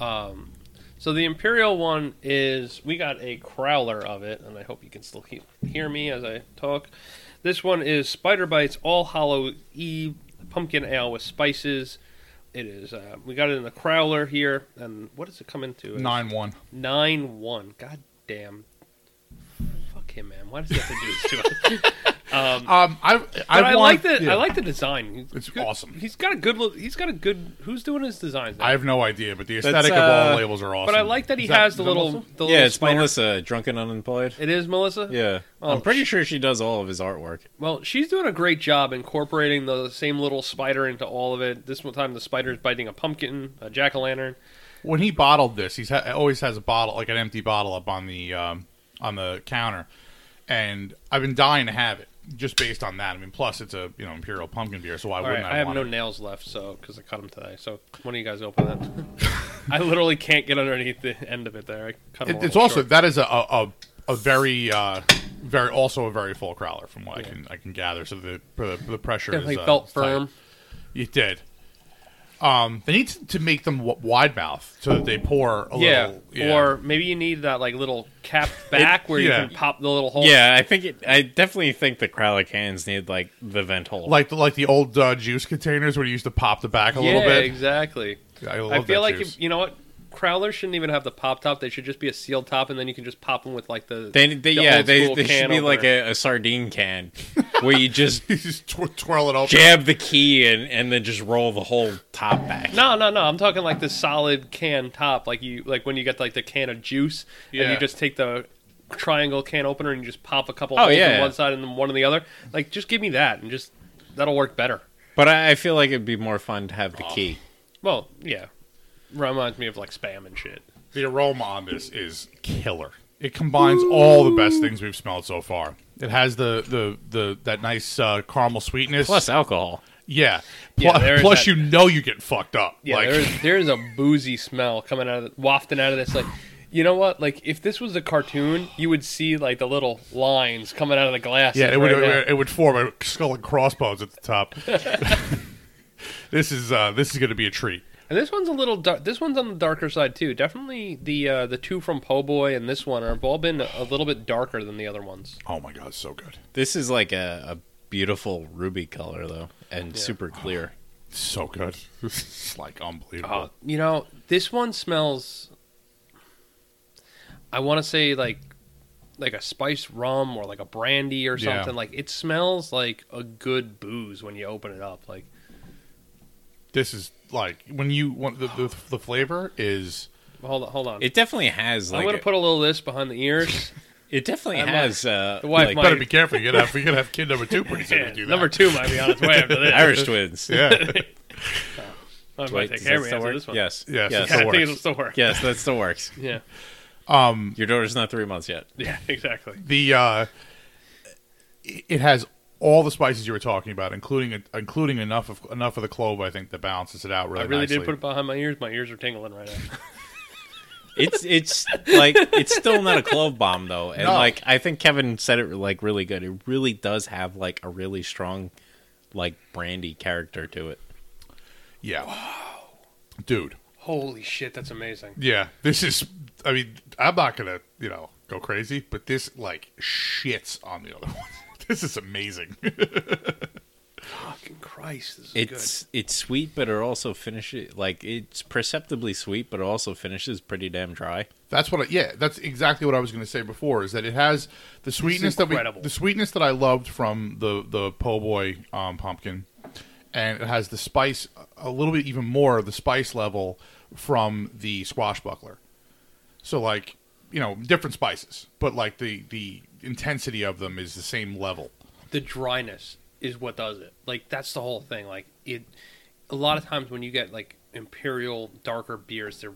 C: Um, so the Imperial one is we got a crowler of it, and I hope you can still he- hear me as I talk. This one is Spider Bites All Hollow E Pumpkin Ale with spices. It is. Uh, we got it in the crowler here, and what does it come into?
D: Nine one.
C: nine one. God damn. Fuck him, man. Why does he have to do this to us?
D: Um, I
C: But
D: I,
C: I
D: want-
C: like the
D: yeah.
C: I like the design. He's
D: It's
C: good-
D: awesome.
C: He's got a good look. He's got a good. Who's doing his designs? now?
D: I have no idea, but the
E: That's,
D: aesthetic of all
E: uh,
D: the labels are awesome.
C: But I like that he
D: Is that-
C: has
D: is
C: the
D: that
C: little,
D: awesome?
C: the
E: Yeah,
C: little
E: it's
C: spider.
E: Melissa, drunken unemployed.
C: It is Melissa.
E: Yeah,
C: Oh,
E: I'm pretty
C: sh-
E: sure she does all of his artwork.
C: Well, she's doing a great job incorporating the same little spider into all of it. This one time, the spider's biting a pumpkin, a jack o' lantern.
D: When he bottled this, he's ha- always has a bottle, like an empty bottle, up on the um, on the counter, and I've been dying to have it just based on that. I mean, plus it's a you know Imperial pumpkin beer, so why
C: All right,
D: wouldn't
C: I
D: I,
C: have
D: want
C: no
D: it?
C: nails left, so because I cut them today. So one of you guys open that. I literally can't get underneath the end of it there. I cut 'em
D: It-
C: a
D: it's
C: little
D: also
C: short.
D: that is a a, a very uh, very also a very full crowler from what I can I can gather. So the the, the pressure
C: definitely
D: is, uh,
C: felt
D: is tight.
C: firm.
D: It did. Um, they need to, to make them w- wide mouth so that they pour a
C: Yeah.
D: little.
C: or maybe you need that like little cap back where
D: yeah.
C: you can pop the little hole.
E: Yeah, I think it, I definitely think the Kralik hands need like the vent hole.
D: like the, like the old uh, juice containers where you used to pop the back a
C: yeah,
D: little bit.
C: exactly.
D: I love
C: I
D: that
C: feel like you,
D: juice.
C: you know what? Crowlers shouldn't even have the pop top. They should just be a sealed top, and then you can just pop them with like the.
E: they, they
C: the
E: yeah,
C: old
E: they,
C: school
E: they should
C: can
E: be
C: opener.
E: like a, a sardine can where you just
D: You just tw- twirl it open.
E: jab the key and and then just roll the whole top back.
C: No, no, no. I'm talking like the solid can top, like you like when you get like the can of juice, and
D: Yeah.
C: you just take the triangle can opener and you just pop a couple
E: Oh,
C: holes
E: yeah.
C: on one side and then one on the other. Like, just give me that, and just that'll work better.
E: But I, I feel
C: Oh.
E: like it'd be more fun to have the key.
C: Well, yeah, reminds me of like spam and shit.
D: The aroma on this is killer. It combines all the best things we've smelled so far. It has the the, the that nice uh, caramel sweetness.
E: Plus alcohol.
D: yeah.
C: uh, Yeah,
D: Pl-
C: there is
D: plus,
C: that-
D: you know you get fucked up.
C: Yeah,
D: like,
C: there's there's a boozy smell coming out of the, wafting out of this. Like, you know what? Like, if this was a cartoon, you would see like the little lines coming out of the glass.
D: Yeah, it would
C: right now.
D: it, would form a skull and crossbones at the top. this is uh, this is going to be a treat.
C: And this one's a little dark. This one's on the darker side too. Definitely the uh, the two from Po' Boy and this one have all been a little bit darker than the other ones.
D: Oh my god, it's so good,
E: This is like a, a beautiful ruby color though, and super clear.
D: It's so good. it's like unbelievable.
C: Uh, you know, this one smells. I want to say like like a spiced rum or like a brandy or
D: Yeah.
C: something. Like it smells like a good booze when you open it up. Like
D: This is like when you want the, the the flavor is
C: hold on, hold on.
E: It definitely has
C: I'm
E: like
C: gonna
E: a-
C: put a little of this behind the ears.
E: it definitely
C: I'm
E: has uh,
C: the wife
E: like,
C: might-
D: better be careful. You're gonna have you're gonna have kid number two pretty soon. if you do that.
C: Number two might be on its way after this.
E: Irish twins.
D: Yeah.
C: I might
E: Wait,
C: take
E: does
C: care
E: that
C: of
E: still
C: after
E: work?
C: this one.
E: Yes.
D: Yes,
E: Yes.
D: it's
C: yeah,
D: still
C: I think
D: works.
C: it'll still work.
E: Yes, that still works.
C: yeah,
E: Your daughter's not three months yet.
C: yeah, exactly.
D: the uh, it it has all the spices you were talking about, including including enough of enough of the clove. I think that balances it out really.
C: I really
D: nicely.
C: did put it behind my ears. My ears are tingling right now.
E: It's it's like it's still not a clove bomb though, and
D: No.
E: like I think Kevin said it like really good. It really does have like a really strong like brandy character to it.
D: Yeah. Dude.
C: Holy shit, that's amazing.
D: Yeah. This is I mean, I'm not gonna, you know, go crazy, but this like shits on the other one. this is amazing.
C: Fucking Christ, this is
E: It's it's sweet, but it also finishes like it's perceptibly sweet, but it also finishes pretty damn dry.
D: that's what I yeah, that's exactly what I was gonna say before, is that it has the sweetness that we
C: incredible.
D: the sweetness that I loved from the the po' boy um, pumpkin. And it has the spice a little bit even more of the spice level from the squashbuckler. So like, you know, different spices, but like the the intensity of them is the same level.
C: good. The dryness is what does it. Like that's the whole thing. Like it. A lot of times when you get like imperial darker beers, they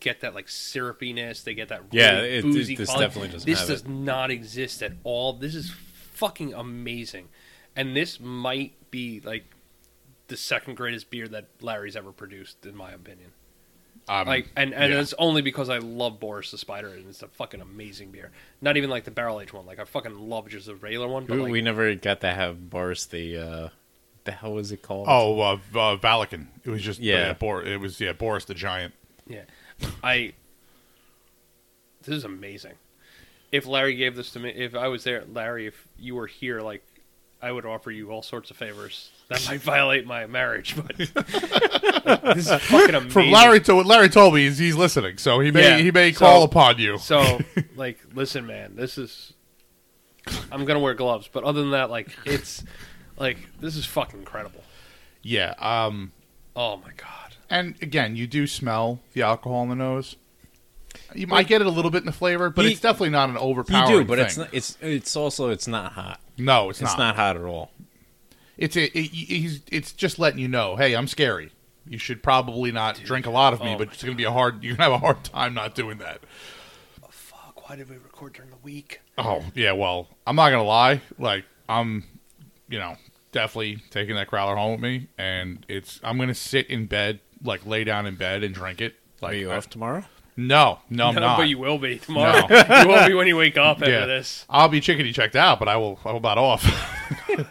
C: get that like syrupiness. They get that really
E: Yeah, it-
C: boozy.
E: this
C: quality.
E: definitely doesn't
C: This
E: have
C: does
E: it.
C: not exist at all. This is fucking amazing, and this might be like the second greatest beer that Larry's ever produced, in my opinion.
E: Mm.
D: Um,
C: Like, and and
D: yeah.
C: it's only because I love Boris the Spider, and it's a fucking amazing beer. Not even like the barrel aged one. Like I fucking love just the regular one. But
E: We,
C: like,
E: we never got to have Boris the uh the hell was it called?
D: Oh, uh, V- uh, Valakin. It was just yeah.
E: Yeah.
D: Bor- it was yeah, Boris the Giant.
C: yeah, I. This is amazing. If Larry gave this to me, if I was there, Larry, if you were here, like, I would offer you all sorts of favors. That might violate my marriage, but this is fucking amazing.
D: From Larry to what Larry told me is he's listening, so he may
C: Yeah,
D: he may
C: so-
D: call upon you.
C: So, like, listen, man, this is. I'm gonna wear gloves, but other than that, like, it's, like, this is fucking incredible.
D: Yeah. Um.
C: Oh my god.
D: And again, you do smell the alcohol in the nose. You might get it a little bit in the flavor, but
E: You-
D: it's definitely not an
E: you
D: overpowering.
E: do, but it's
D: thing.
E: not, it's it's also it's not hot.
D: no, it's,
E: It's, not.
D: not.
E: hot at all.
D: It's a, it, he's it's just letting you know, hey, I'm scary. You should probably not drink a lot of me,
C: Oh
D: but
C: my
D: it's going to be a hard. You're going to have a hard time not doing that.
C: Fuck, why did we record during the week?
D: Oh yeah, well, I'm not gonna lie. Like I'm, you know, definitely taking that growler home with me, and it's I'm gonna sit in bed, like lay down in bed and drink it. Like
E: Are you
D: I-
E: off tomorrow?
D: No, no, I'm
C: no,
D: not.
C: but you will be tomorrow. you will be when you wake up after
D: Yeah.
C: this.
D: I'll be chickadee checked out, but I will. I will not off.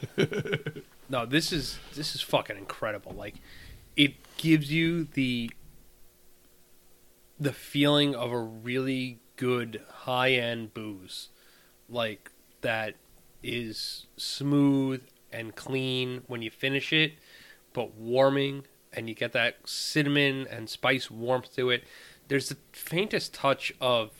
C: No, this is this is fucking incredible. Like it gives you the the feeling of a really good high-end booze. Like that is smooth and clean when you finish it, but warming and you get that cinnamon and spice warmth to it. There's the faintest touch of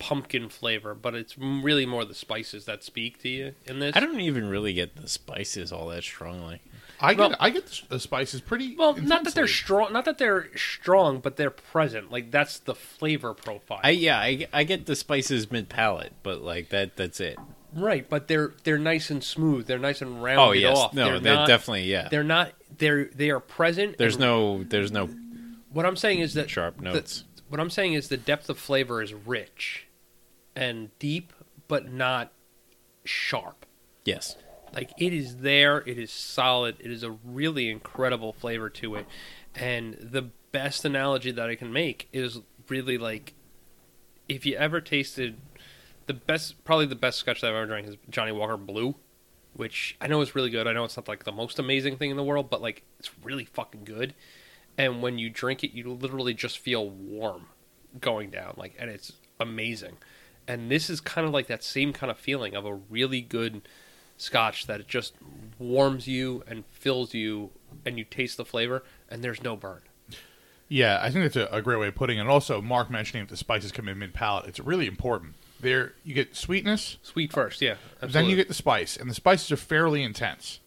C: pumpkin flavor, but it's really more the spices that speak to you in this.
E: I don't even really get the spices all that strongly.
D: I get.
C: Well-
D: I get the- the spices pretty.
C: Well, not that they're
D: intensely.
C: strong, not that they're strong, but they're present. Like that's the flavor profile,
E: I yeah, I, I get the spices mid palate, but like that that's it.
C: right? But they're they're nice and smooth. They're nice and rounded
E: Oh yes,
C: off.
E: no,
C: they're
E: they
C: not-
E: definitely yeah.
C: They're not. They're they are present.
E: There's
C: and-
E: no there's no
C: What I'm saying is that
E: Sharp
C: the-
E: notes.
C: What I'm saying is the depth of flavor is rich and deep, but not sharp.
E: Yes.
C: Like it is there, it is solid, it is a really incredible flavor to it. And the best analogy that I can make is really like if you ever tasted the best probably the best scotch that I've ever drank is Johnny Walker Blue, which I know is really good. I know it's not like the most amazing thing in the world, but like it's really fucking good. And when you drink it, you literally just feel warm going down like and it's amazing. And this is kind of like that same kind of feeling of a really good scotch that it just warms you and fills you and you taste the flavor and there's no burn.
D: Yeah, I think that's a, a great way of putting it. And also, Mark mentioning the spices come in mid palate. It's really important. There, you get sweetness,
C: Sweet first, yeah.
D: then you get the spice, and the spices are fairly intense.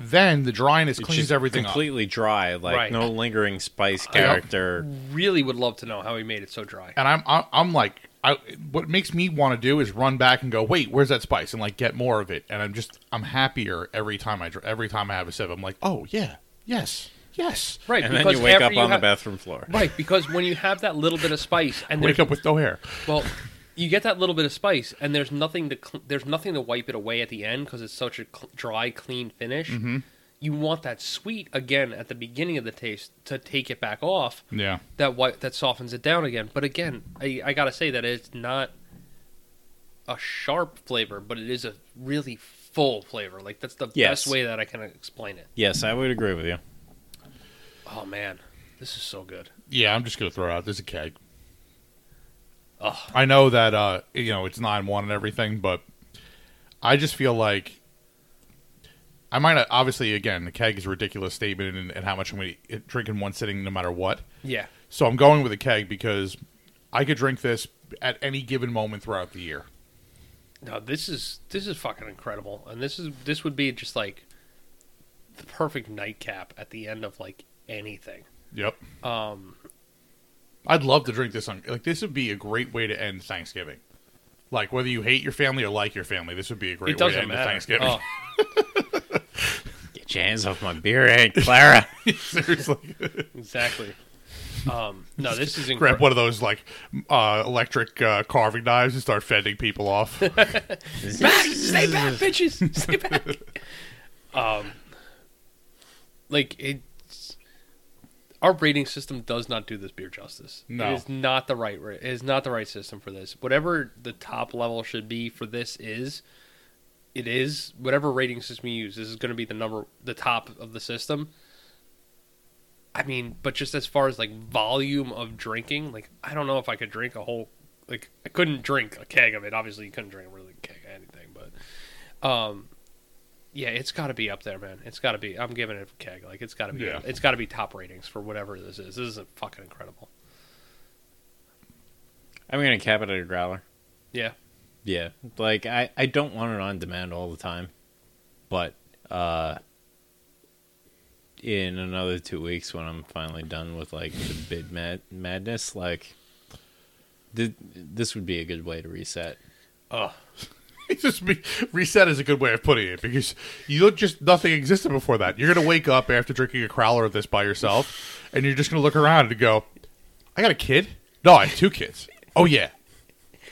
D: Then the dryness
E: It's
D: cleans
E: just
D: everything up.
E: completely dry, like
C: Right.
E: no lingering spice character.
C: really would love to know how he made it so dry.
D: And I'm, I'm, I'm like, I, what makes me want to do is run back and go, wait, where's that spice? And like get more of it. And I'm just, I'm happier every time I, dr- every time I have a sip. I'm like, oh yeah, yes, yes.
C: Right,
E: And then
C: because
E: you wake
C: after
E: up
C: you
E: on
C: have-
E: the bathroom floor.
C: Right, because when you have that little bit of spice and
D: Wake
C: there's-
D: up with no hair.
C: well, you get that little bit of spice and there's nothing to cl- there's nothing to wipe it away at the end because it's such a cl- dry, clean finish.
E: Mm-hmm.
C: You want that sweet again at the beginning of the taste to take it back off.
D: Yeah.
C: that white that softens it down again. But again, I, I gotta say that it's not a sharp flavor, but it is a really full flavor. Like that's the
E: Yes.
C: best way that I can explain it.
E: Yes, I would agree with you.
C: Oh man, this is so good.
D: Yeah, I'm just gonna throw it out. There's a keg.
C: Ugh.
D: I know that uh, you know it's nine one and everything, but I just feel like I might not, obviously again the keg is a ridiculous statement and, and how much I'm gonna eat- drink in one sitting no matter what.
C: Yeah,
D: So I'm going with a keg because I could drink this at any given moment throughout the year.
C: no, this is this is fucking incredible, and this is this would be just like the perfect nightcap at the end of like anything.
D: Yep. Um, I'd love to drink this on like this would be a great way to end Thanksgiving. Like whether you hate your family or like your family, this would be a great
C: it
D: way to
C: doesn't
D: end the
C: matter.
D: Thanksgiving.
C: Oh,
E: Get your hands off my beer, Aunt Clara.
D: Seriously.
C: exactly. Um, no, this is
D: grab
C: incredible.
D: one of those like uh, electric uh, carving knives and start fending people off.
C: back, stay back, bitches, stay back. Um, like it's our rating system does not do this beer justice.
D: No.
C: it is not the right. ra- It is not the right system for this. Whatever the top level should be for this is, it is whatever rating system you use. This is going to be the number, the top of the system. I mean, but just as far as like volume of drinking, like I don't know if I could drink a whole like I couldn't drink a keg of it. Obviously, you couldn't drink a really keg of anything, but um yeah, it's got to be up there, man. It's got to be. I'm giving it a keg. Like it's got to be
D: Yeah.
C: it's got to be top ratings for whatever this is. This is fucking incredible.
E: I'm gonna cap it at a growler.
C: Yeah.
E: Yeah, like I, I don't want it on demand all the time, but uh, in another two weeks when I'm finally done with like the bid mad- madness, like th- this would be a good way to reset.
D: It's just be, reset is a good way of putting it because you look just nothing existed before that. You're gonna wake up after drinking a crowler of this by yourself, and you're just gonna look around and go, "I got a kid? No, I have two kids. Oh yeah,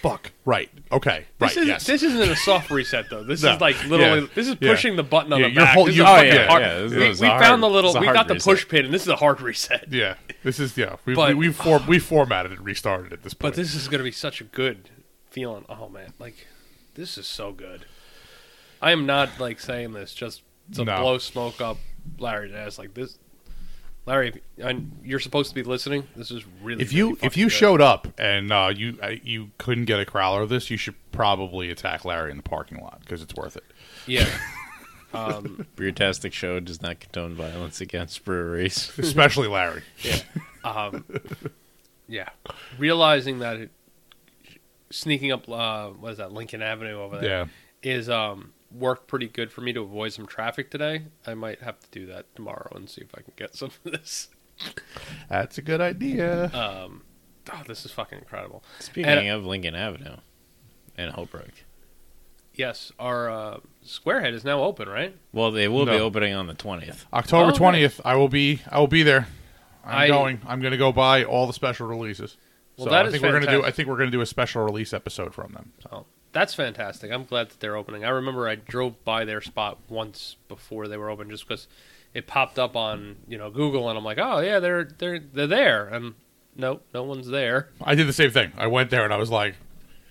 D: fuck. Right. Okay. Right.
C: This, is,
D: yes.
C: this isn't a soft reset though. This
D: No.
C: is like literally
D: Yeah.
C: this is
D: Yeah.
C: pushing the button on
D: Yeah,
C: the
D: your
C: back.
D: whole-
C: this
D: your-
C: is a
D: oh,
C: fucking
D: yeah,
C: hard-
E: yeah, this
C: we
E: is
C: we
E: a hard-
C: found the
E: it's
C: little
E: a
C: we
E: hard
C: got the
E: reset.
C: push pin and this is a hard reset.
D: yeah. This is yeah. We
C: But-
D: we, we, form, we formatted and restarted at this point.
C: But this is going to be such a good feeling. Oh man, like this is so good. I am not like saying this just to
D: No.
C: blow smoke up Larry's ass. Like this, Larry, I, you're supposed to be listening. This is really
D: if you
C: really
D: if
C: fucking
D: you
C: good.
D: showed up and uh, you uh, you couldn't get a crowler of this, you should probably attack Larry in the parking lot because it's worth it.
C: yeah,
E: Brewtastic Show does not condone violence against breweries.
D: Especially Larry.
C: yeah, realizing that it, sneaking up, uh, what is that Lincoln Avenue over there?
D: Yeah.
C: is um worked pretty good for me to avoid some traffic today. I might have to do that tomorrow and see if I can get some of this.
D: That's a good idea.
C: Oh, this is fucking incredible.
E: Speaking
C: And-
E: of Lincoln Avenue and Holbrook,
C: Yes, our uh, Squarehead is now open, right?
E: well, they will be
D: No.
E: opening on the twentieth.
D: October
C: Oh,
D: twentieth, I will be I will be there. I'm
C: I-
D: going. I'm going to go buy all the special releases.
C: Well,
D: so
C: that
D: I
C: is
D: think we're gonna do. I
C: fantastic.
D: think we're going to do a special release episode from them.
C: Oh, that's fantastic. I'm glad that they're opening. I remember I drove by their spot once before they were open, just because it popped up on you know Google, and I'm like, oh yeah, they're they're they're there, and no, no one's there.
D: I did the same thing. I went there and I was like,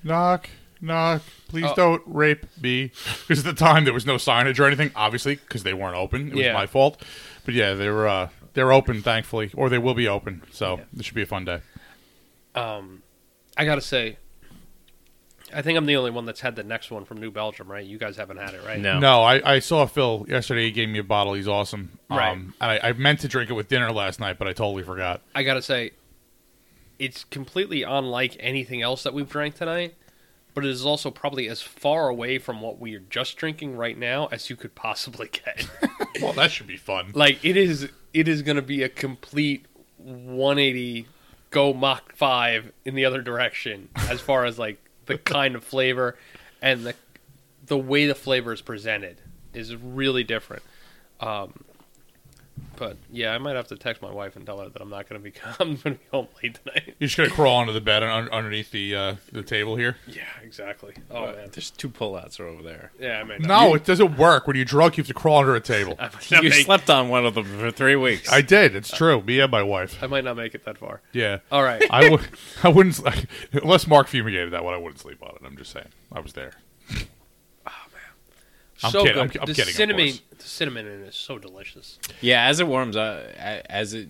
D: knock, knock, please
C: Oh.
D: don't rape me. Because at the time there was no signage or anything, obviously, because they weren't open. It was
C: Yeah.
D: my fault. But yeah, they were uh, they're open, thankfully, or they will be open. So this should be a fun day.
C: Um, I gotta say, I think I'm the only one that's had the next one from New Belgium, right? You guys haven't had it, right?
E: No.
D: No, I, I saw Phil yesterday. He gave me a bottle. He's awesome.
C: Right.
D: Um, and I, I meant to drink it with dinner last night, but I totally forgot.
C: I gotta say, it's completely unlike anything else that we've drank tonight, but it is also probably as far away from what we are just drinking right now as you could possibly get.
D: Well, that should be fun.
C: like it is, it is gonna be a complete 180 go Mach five in the other direction as far as like the kind of flavor and the the way the flavor is presented is really different. Um, but yeah, I might have to text my wife and tell her that I'm not gonna be I'm gonna be home late tonight.
D: You're just gonna crawl under the bed and un- underneath the uh, the table here.
C: Yeah, exactly. Oh man.
E: There's two pullouts are over there.
C: Yeah, I mean,
D: No, it doesn't work. When you're drunk, you have to crawl under a table.
C: I might, not
E: you
C: make,
E: slept on one of them for three weeks.
D: I did. It's true. Me and my wife.
C: I might not make it that far.
D: Yeah.
C: All right.
D: I would. I wouldn't. s- Unless Mark fumigated that one, I wouldn't sleep on it. I'm just saying. I was there. I'm
C: so
D: kidding.
C: good.
D: I'm- I'm
C: the
D: kidding, of
C: cinnamon,
D: course.
C: the cinnamon in it is so delicious.
E: yeah, as it warms up, as it,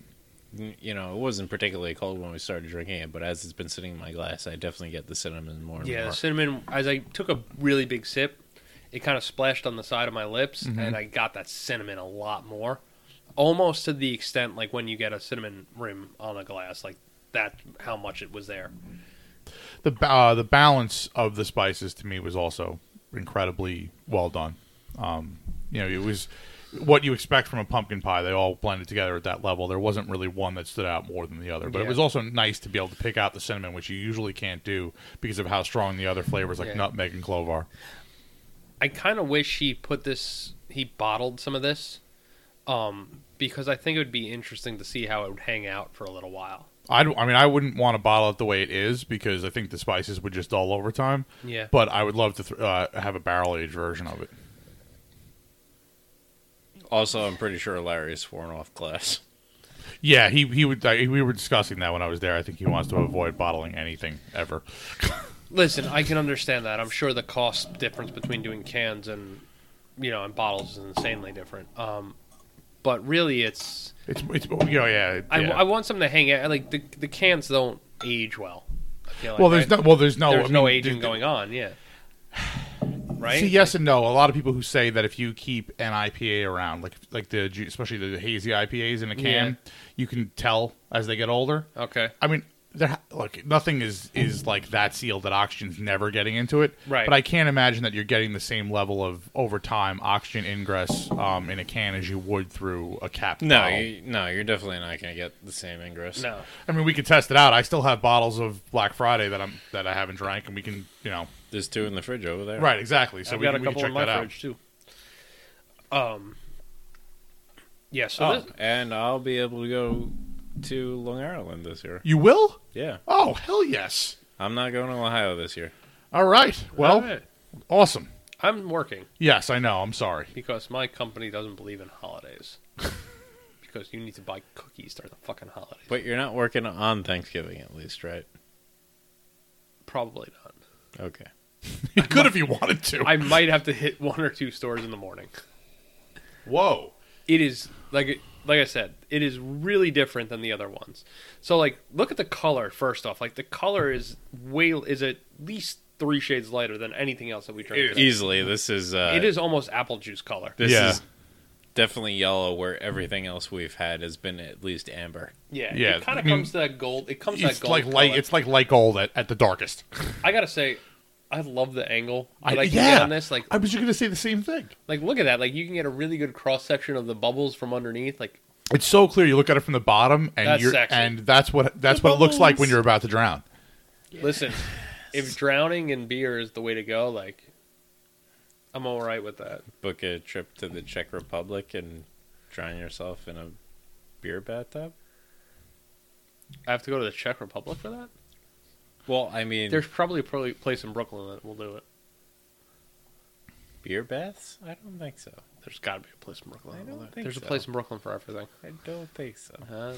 E: you know, it wasn't particularly cold when we started drinking it, but as it's been sitting in my glass, I definitely get the cinnamon more and
C: Yeah,
E: more.
C: the cinnamon. As I took a really big sip, it kind of splashed on the side of my lips, and I got that cinnamon a lot more, almost to the extent like when you get a cinnamon rim on a glass, like that. How much it was there.
D: The ba- uh, the balance of the spices to me was also incredibly well done. Um, you know, it was what you expect from a pumpkin pie. They all blended together at that level. There wasn't really one that stood out more than the other. But it
C: Yeah.
D: was also nice to be able to pick out the cinnamon, which you usually can't do because of how strong the other flavors like
C: Yeah.
D: nutmeg and clove are.
C: I kind of wish he put this. He bottled some of this, um, because I think it would be interesting to see how it would hang out for a little while.
D: I'd, I mean, I wouldn't want to bottle it the way it is because I think the spices would just all over time.
C: Yeah.
D: But I would love to th- uh, have a barrel aged version of it.
E: Also, I'm pretty sure Larry is sworn off class.
D: Yeah, he he would. I, we were discussing that when I was there. I think he wants to avoid bottling anything ever.
C: Listen, I can understand that. I'm sure the cost difference between doing cans and you know and bottles is insanely different. Um, but really, it's
D: It's it's you know yeah.
C: I,
D: yeah.
C: I want something to hang out. Like the the cans don't age well. I feel like,
D: well, there's
C: right?
D: no well, there's no
C: there's
D: I mean,
C: no
D: the-
C: aging
D: the-
C: going on. Yeah, right.
D: See, yes and no. A lot of people who say that if you keep an IPA around, like like the ju- especially the hazy IPAs in a can, you can tell as they get older.
C: Okay.
D: I mean, there, ha- look, nothing is is like that sealed that oxygen's never getting into it.
C: Right.
D: But I can't imagine that you're getting the same level of over time oxygen ingress um, in a can as you would through a cap.
E: No,
D: bottle.
E: you, no, you're definitely not going to get the same ingress.
C: No.
D: I mean we could test it out. I still have bottles of Black Friday that I'm that I haven't drank, and we can you know
E: There's two in the fridge over there.
D: right exactly. So
C: I've
D: we
C: got
D: can,
C: a
D: we can
C: couple
D: check
C: in my
D: that out.
C: fridge too. Um. Yeah. So
E: Oh,
C: this,
E: and I'll be able to go to Long Island this year.
D: You will?
E: Yeah,
D: Oh hell yes!
E: I'm not going to Ohio this year.
D: All right. Well,
C: All right.
D: awesome.
C: I'm working.
D: Yes, I know. I'm sorry.
C: Because my company doesn't believe in holidays. because you need to buy cookies during the fucking holidays.
E: But you're not working on Thanksgiving at least, right?
C: Probably not.
E: Okay.
D: You could if you wanted to.
C: I might have to hit one or two stores in the morning.
D: Whoa.
C: It is like like I said, it is really different than the other ones. So like look at the color first off. Like the color is way is at least 3 shades lighter than anything else that we drank. today.
E: Easily, this is uh,
C: It is almost apple juice color.
E: This
D: Yeah.
E: is definitely yellow, where everything else we've had has been at least amber.
C: Yeah,
D: Yeah,
C: it kind
D: I
C: of
D: mean,
C: comes to that gold. It comes to that
D: It's
C: gold.
D: like light.
C: color.
D: It's like light gold at, at the darkest.
C: I gotta say, I love the angle that I,
D: I-
C: can
D: yeah.
C: get on this. Like
D: I was just gonna say the same thing.
C: Like, look at that. Like, you can get a really good cross section of the bubbles from underneath. Like,
D: It's so clear. You look at it from the bottom, and
C: That's
D: you're
C: sexy.
D: and that's what that's what it looks like when you're about to drown.
C: listen, if drowning in beer is the way to go, like, I'm all right with that.
E: Book a trip to the Czech Republic and drown yourself in a beer bathtub.
C: I have to go to the Czech Republic for that.
D: Mm.
E: Well, I mean,
C: There's probably a pro- place in Brooklyn that will do it.
E: beer baths? I don't think so.
C: There's got to be a place in Brooklyn.
E: I
C: that will
E: don't
C: do it.
E: think
C: There's
E: so.
C: a place in Brooklyn for everything.
E: I don't think so.
C: Uh,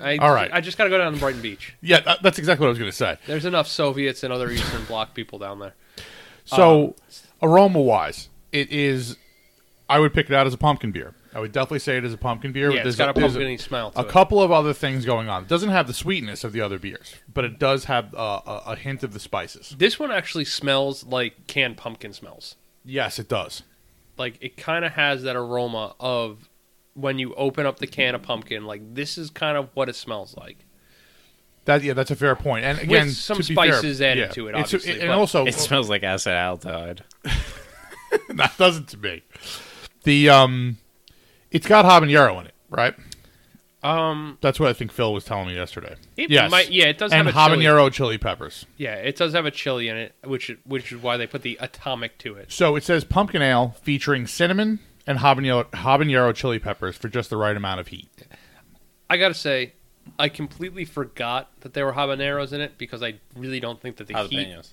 C: I,
D: All right.
C: I just got to go down to Brighton Beach.
D: Yeah, that- that's exactly what I was going to say.
C: There's enough Soviets and other Eastern Bloc people down there.
D: So,
C: Um,
D: aroma wise, it is. I would pick it out as a pumpkin beer. I would definitely say it is a pumpkin beer. but
C: Yeah, it's
D: there's
C: got a
D: there's
C: pumpkin smell to
D: a
C: it.
D: couple of other things going on. It doesn't have the sweetness of the other beers, but it does have uh, a, a hint of the spices.
C: This one actually smells like canned pumpkin smells.
D: Yes, it does.
C: Like it kind of has that aroma of when you open up the can of pumpkin. Like this is kind of what it smells like.
D: That yeah, that's a fair point. And again,
C: With some
D: to be fair,
C: spices added
D: yeah,
C: to it,
D: it's-
C: obviously,
D: and
C: but
D: also
E: It smells like acid aldehyde.
D: that doesn't to me. The um, it's got habanero in it, right?
C: Um,
D: That's what I think Phil was telling me yesterday.
C: It
D: yes,
C: might- yeah, it does
D: and
C: have a chili.
D: habanero chili peppers.
C: yeah, it does have a chili in it, which which is why they put the atomic to it.
D: So it says pumpkin ale featuring cinnamon and habanero, habanero chili peppers for just the right amount of heat.
C: I gotta say, I completely forgot that there were habaneros in it because I really don't think that the heat.
E: Jalapenos.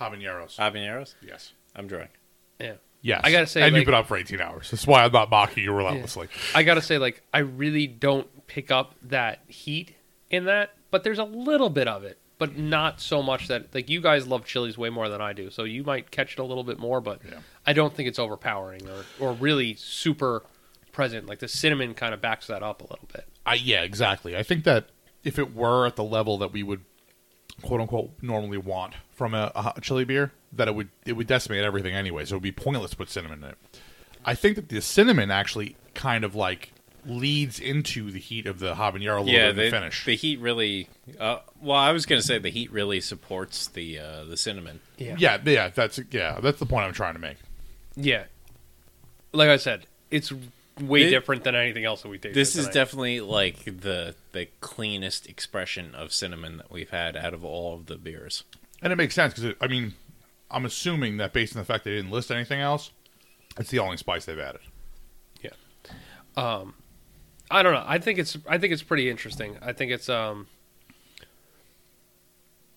D: Habaneros.
E: Habaneros?
D: Uh, yes.
E: I'm drunk.
C: Yeah.
D: Yes.
C: I gotta say,
D: and
C: like-
D: you've been up for 18 hours. That's why I'm not mocking you relentlessly.
C: I gotta say, like, I really don't pick up that heat in that, but there's a little bit of it, but not so much that like you guys love chilies way more than I do, so you might catch it a little bit more, but
D: Yeah.
C: I don't think it's overpowering or or really super present. Like the cinnamon kind of backs that up a little bit.
D: I, yeah, exactly. I think that if it were at the level that we would quote unquote normally want from a, a hot chili beer, that it would it would decimate everything anyway. So it would be pointless to put cinnamon in it. I think that the cinnamon actually kind of like leads into the heat of the habanero a little bit in
E: the,
D: the finish.
E: the heat really. Uh, well, I was going to say the heat really supports the uh, the cinnamon.
D: yeah, yeah, that's yeah, that's the point I'm trying to make.
C: Yeah. Like I said, it's way
E: Thi-
C: different than anything else that we tasted.
E: This is
C: tonight.
E: definitely like the the cleanest expression of cinnamon that we've had out of all of the beers.
D: And it makes sense because I mean, I'm assuming that based on the fact they didn't list anything else, it's the only spice they've added.
C: I don't know. I think it's I think it's pretty interesting. I think it's um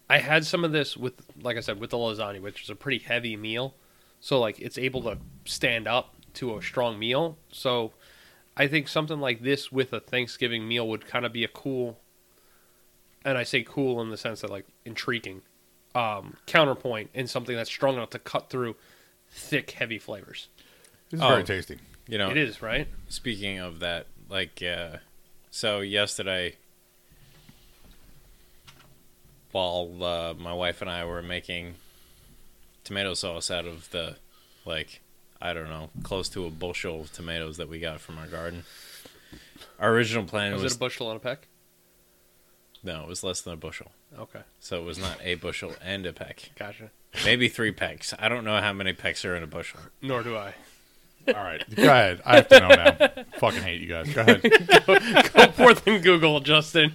C: I had some of this with like I said with the lasagna, which is a pretty heavy meal. So like it's able to stand up to a strong meal. So I think something like this with a Thanksgiving meal would kind of be a cool and I say cool in the sense that like intriguing um counterpoint in something that's strong enough to cut through thick heavy flavors.
D: This is
E: Oh.
D: very tasty.
E: You know,
C: It is, right?
E: speaking of that, like, uh, so yesterday, while uh, my wife and I were making tomato sauce out of the, like, I don't know, close to a bushel of tomatoes that we got from our garden. Our original plan
C: Was
E: was,
C: it a bushel and a peck?
E: no, it was less than a bushel,
C: Okay.
E: so it was not a bushel and a peck,
C: Gotcha.
E: maybe three pecks. I don't know how many pecks are in a bushel.
C: Nor do I.
D: All right, go ahead. I have to know now. Fucking hate you guys. Go ahead.
C: Fourth in Google, Justin.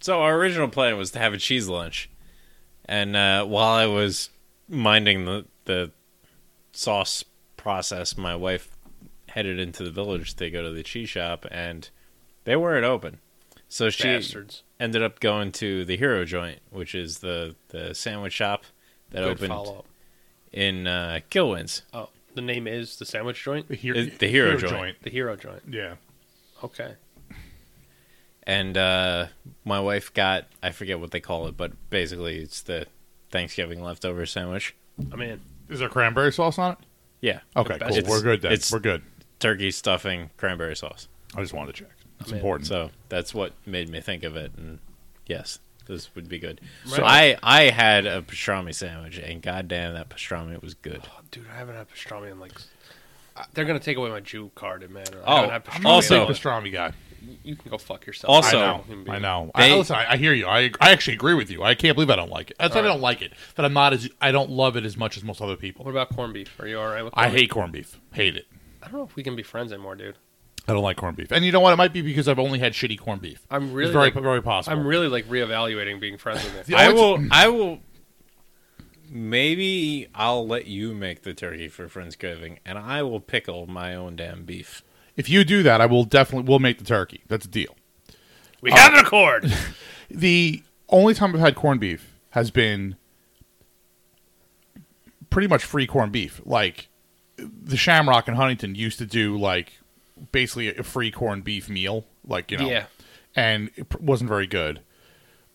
E: So our original plan was to have a cheese lunch, and uh, while I was minding the the sauce process, my wife headed into the village to go to the cheese shop, and they weren't open. So she
C: Bastards.
E: ended up going to the Hero Joint, which is the the sandwich shop that opened
C: follow up.
E: in uh, Kilwins.
C: Oh, the name is the sandwich joint,
D: The, hero,
E: It- the hero joint.
C: the hero joint.
D: Yeah.
C: Okay.
E: and uh, my wife got I forget what they call it, but basically it's the Thanksgiving leftover sandwich.
C: I'm in.
D: Is there cranberry sauce on it?
E: Yeah,
D: Okay,
C: best-
D: cool.
E: it's-
D: We're good then.
E: it's-
D: We're good.
E: turkey stuffing, cranberry sauce.
D: I just wanted to check. It's
C: Man,
D: important.
E: So that's what made me think of it. And yes, this would be good.
C: Right.
E: So I I had a pastrami sandwich, and goddamn, that pastrami was good.
C: Oh, dude, I haven't had pastrami in like. s- They're gonna take away my Jew card, man. I
E: Oh,
C: haven't had
D: I'm
C: pastrami
D: not
E: also-
D: a big pastrami guy.
C: in- you can go fuck yourself.
D: I
E: Also-
D: know.
C: Human being.
D: I know.
E: They-
D: I, listen, I, I hear you. I, I actually agree with you. I can't believe I don't like it. That's why I don't like it. That I'm not as I don't love it as much as most other
C: What
D: people.
C: about corned beef? Are you all right with?
D: I
C: corned beef?
D: hate corned beef. Hate it.
C: I don't know if we can be friends anymore, dude.
D: I don't like corned beef. And you know what? It might be because I've only had shitty corned beef.
C: I'm really
D: it's very
C: like-
D: very possible.
C: I'm really like reevaluating being friends with you.
D: The
E: I
D: only
E: will
D: t-
E: I will. Maybe I'll let you make the turkey for Friendsgiving, and I will pickle my own damn beef.
D: if you do that, I will definitely will make the turkey. That's a deal.
C: We have an accord.
D: the only time I've had corned beef has been pretty much free corned beef. Like the Shamrock in Huntington used to do like basically a free corned beef meal, like you know,
C: Yeah.
D: and it pr- wasn't very good.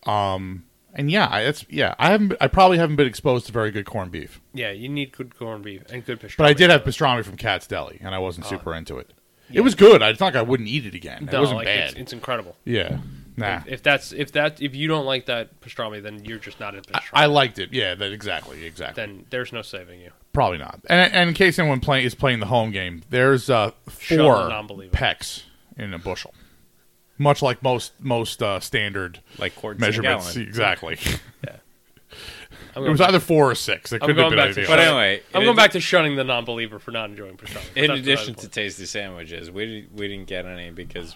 D: Um, and yeah, I- that's yeah. I haven't. I probably haven't been exposed to very good corned beef,
C: yeah, you need good corned beef and good pastrami.
D: but I did have pastrami from Cat's Deli, and I wasn't super into it. It was good. I thought I wouldn't eat it again. it
C: Oh. No,
D: wasn't
C: like,
D: bad.
C: It's, it's incredible.
D: yeah, nah.
C: If that's if that if you don't like that pastrami, then you're just not a pastrami.
D: I liked it. Yeah, that exactly, exactly.
C: then there's no saving you.
D: Probably not. And, and in case anyone play, is playing the home game, there's uh, four
C: Shovel non-believer.
D: pecks in a bushel, much like most most uh, standard
E: Like quarts in a
D: measurements.
E: gallon.
D: Exactly.
C: I'm
D: it was
C: going-
D: either four or six. It
C: I'm
D: could have
C: going
D: been
C: back to
D: anything.
E: But
D: else.
E: anyway,
C: I'm
E: in
C: going
E: addi-
C: back to shunning the non-believer for not enjoying pastrami. That's
E: In
C: what I
E: addition
C: was
E: to tasty sandwiches, we didn't- we didn't get any because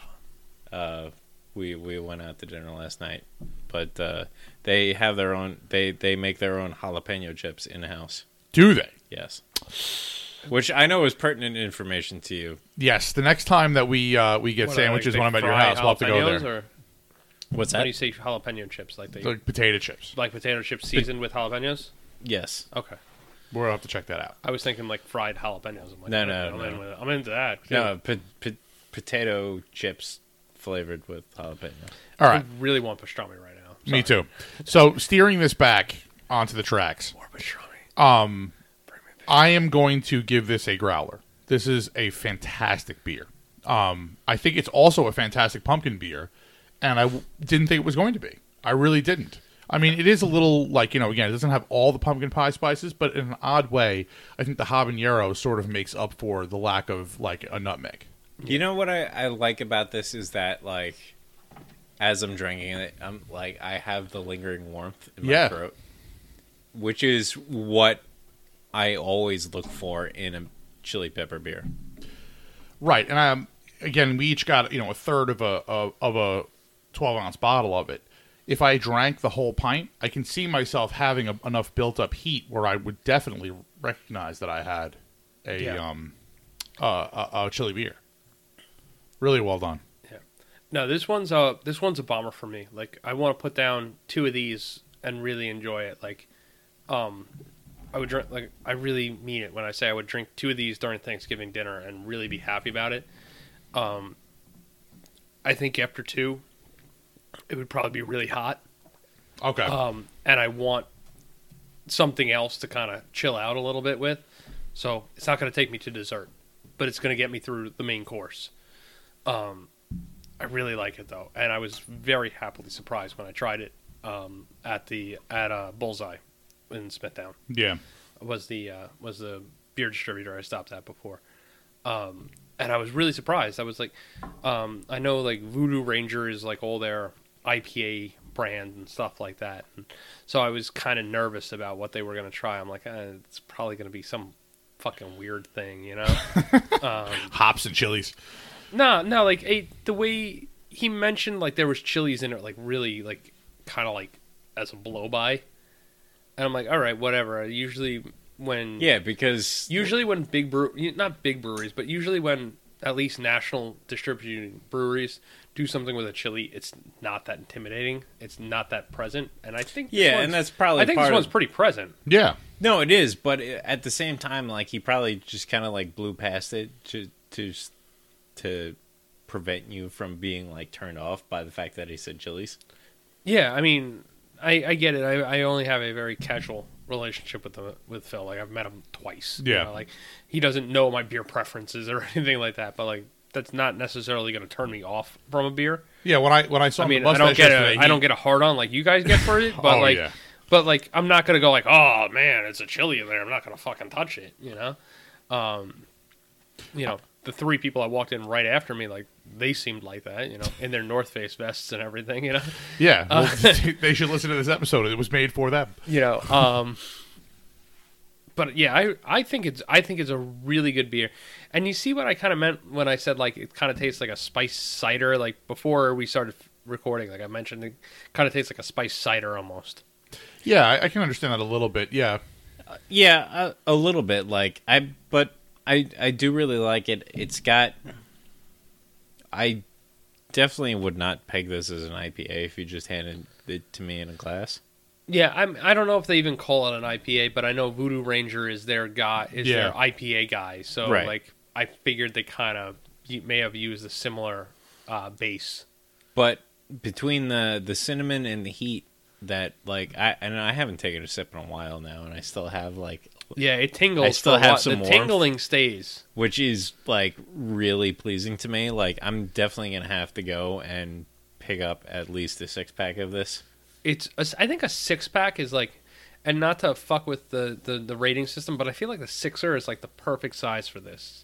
E: uh, we we went out to dinner last night. But uh, they have their own. They they make their own jalapeno chips in house.
D: Do they?
E: Yes. Which I know is pertinent information to you.
D: Yes. The next time that we uh, we get
C: What,
D: sandwiches
C: like
D: when I'm
C: they
D: at your
C: fry
D: house, we'll have to go
C: jalapenos,
D: there.
C: Or
E: What's
C: how do you say jalapeno chips? Like they like,
D: Like potato chips.
C: potato chips seasoned with jalapenos?
E: Yes.
C: Okay.
D: We'll have to check that out.
C: I was thinking like fried jalapenos. I'm like,
E: No,
C: I'm
E: no,
C: in-
E: no.
C: I'm, in with it. I'm into that.
E: No, po- po- potato chips flavored with jalapeno.
D: All
C: I
D: right.
C: really want pastrami right now.
D: Me too. So steering this back onto the tracks. um,
C: More pastrami.
D: I am going to give this a growler. This is a fantastic beer. Um, I think it's also a fantastic pumpkin beer, and I w- didn't think it was going to be. I really didn't. I mean, it is a little like you know, again, it doesn't have all the pumpkin pie spices, but in an odd way, I think the habanero sort of makes up for the lack of like a nutmeg.
E: You know what I, I like about this is that like as I'm drinking it, I'm like I have the lingering warmth in my
D: Yeah.
E: throat. Which is what I always look for in a chili pepper beer.
D: Right, and um, again, we each got you know a third of a of, of a twelve ounce bottle of it. If I drank the whole pint, I can see myself having a, enough built up heat where I would definitely recognize that I had a
C: Yeah.
D: um uh, a, a chili beer. Really well done.
C: Yeah. No, this one's a this one's a bomber for me. Like I want to put down two of these and really enjoy it. Like, um, I would drink like I really mean it when I say I would drink two of these during Thanksgiving dinner and really be happy about it. Um, I think after two, it would probably be really hot.
D: Okay,
C: Um, and I want something else to kind of chill out a little bit with. So it's not going to take me to dessert, but it's going to get me through the main course. Um, I really like it though, and I was very happily surprised when I tried it um, at the at uh, Bullseye in Smithtown
D: yeah,
C: was the uh, was the beer distributor I stopped at before, um, and I was really surprised. I was like, um, I know like Voodoo Ranger is like all their IPA brand and stuff like that, and so I was kind of nervous about what they were gonna try. I'm like, eh, it's probably gonna be some fucking weird thing, you know.
D: hops and chilies.
C: No, no, like a, the way he mentioned, like there was chilies in it, like really, like kind of like as a blow by, and I'm like, all right, whatever. Usually when
E: Yeah, because
C: usually when big brew you- not big breweries but usually when at least national distributing breweries do something with a chili it's not that intimidating it's not that present and i think this
E: Yeah,
C: one's-
E: and that's probably
C: i think
E: part
C: this
E: of-
C: one's pretty present
D: Yeah,
E: No, it is, but i- at the same time, like he probably just kind of like blew past it to to s- to prevent you from being like turned off by the fact that he said chilies.
C: yeah i mean i i get it i, I only have a very casual relationship with the with phil like i've met him twice you
D: Yeah.
C: know, like he doesn't know my beer preferences or anything like that but like that's not necessarily going to turn me off from a beer
D: yeah. When I when I saw
C: I
D: him
C: mean,
D: at
C: I don't
D: Mustache
C: get
D: yesterday,
C: a, I
D: he-
C: don't get a hard on like you guys get for it, but
D: Oh,
C: like,
D: yeah.
C: but like, I'm not gonna go like, oh man, it's a chili in there. I'm not gonna fucking touch it, you know. Um, you know, the three people I walked in right after me, like they seemed like that, you know, in their North Face vests and everything, you know.
D: Yeah, well,
C: Uh,
D: they should listen to this episode. It was made for them.
C: you know um but yeah i i think it's i think it's a really good beer and you see what i kind of meant when i said like it kind of tastes like a spice cider like before we started recording like i mentioned it kind of tastes like a spice cider almost
D: Yeah, I, I can understand that a little bit. Yeah,
E: Yeah, uh, a, a little bit. Like I, but I I do really like it. It's got I definitely would not peg this as an IPA if you just handed it to me in a glass.
C: Yeah, I'm. I don't know if they even call it an IPA, but I know Voodoo Ranger is their guy, is
D: Yeah.
C: their IPA guy. So
E: Right.
C: like, I figured they kind of may have used a similar uh, base.
E: But between the the cinnamon and the heat, that like I and I haven't taken a sip in a while now, and I still have like
C: Yeah, it tingles.
E: I still
C: for a
E: have
C: while.
E: some
C: The
E: warmth.
C: tingling stays.
E: which is like really pleasing to me. Like I'm definitely gonna have to go and pick up at least a six pack of this.
C: It's. a s- I think a six pack is like, and not to fuck with the the the rating system, but I feel like the sixer is like the perfect size for this.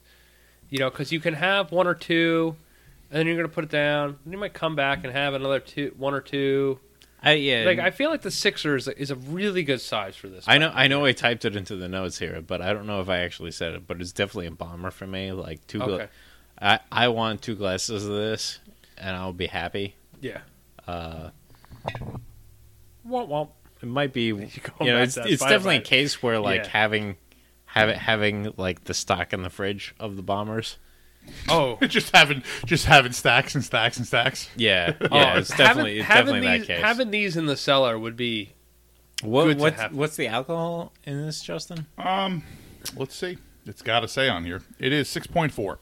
C: You know, because you can have one or two, and then you're gonna put it down. And you might come back and have another two, one or two.
E: I yeah.
C: Like I feel like the sixer is, is a really good size for this.
E: I know, I know, I typed it into the notes here, but I don't know if I actually said it. But it's definitely a bomber for me. Like two, gla-
C: Okay.
E: I I want two glasses of this, and I'll be happy.
C: Yeah. Uh, womp womp.
E: It might be, you know,
C: back to
E: it's,
C: that
E: it's
C: Spider
E: definitely a
C: Bite.
E: case where like
C: Yeah.
E: having, having, having like the stock in the fridge of the bombers.
C: Oh,
D: just having just having stacks and stacks and stacks.
E: Yeah, yeah,
C: oh,
E: it's definitely, it's
C: having
E: definitely
C: these,
E: that case.
C: Having these in the cellar would be good
E: what,
C: to
E: what's,
C: have.
E: what's the alcohol in this, Justin?
D: Um, let's see. It's got to say on here. It is six point four.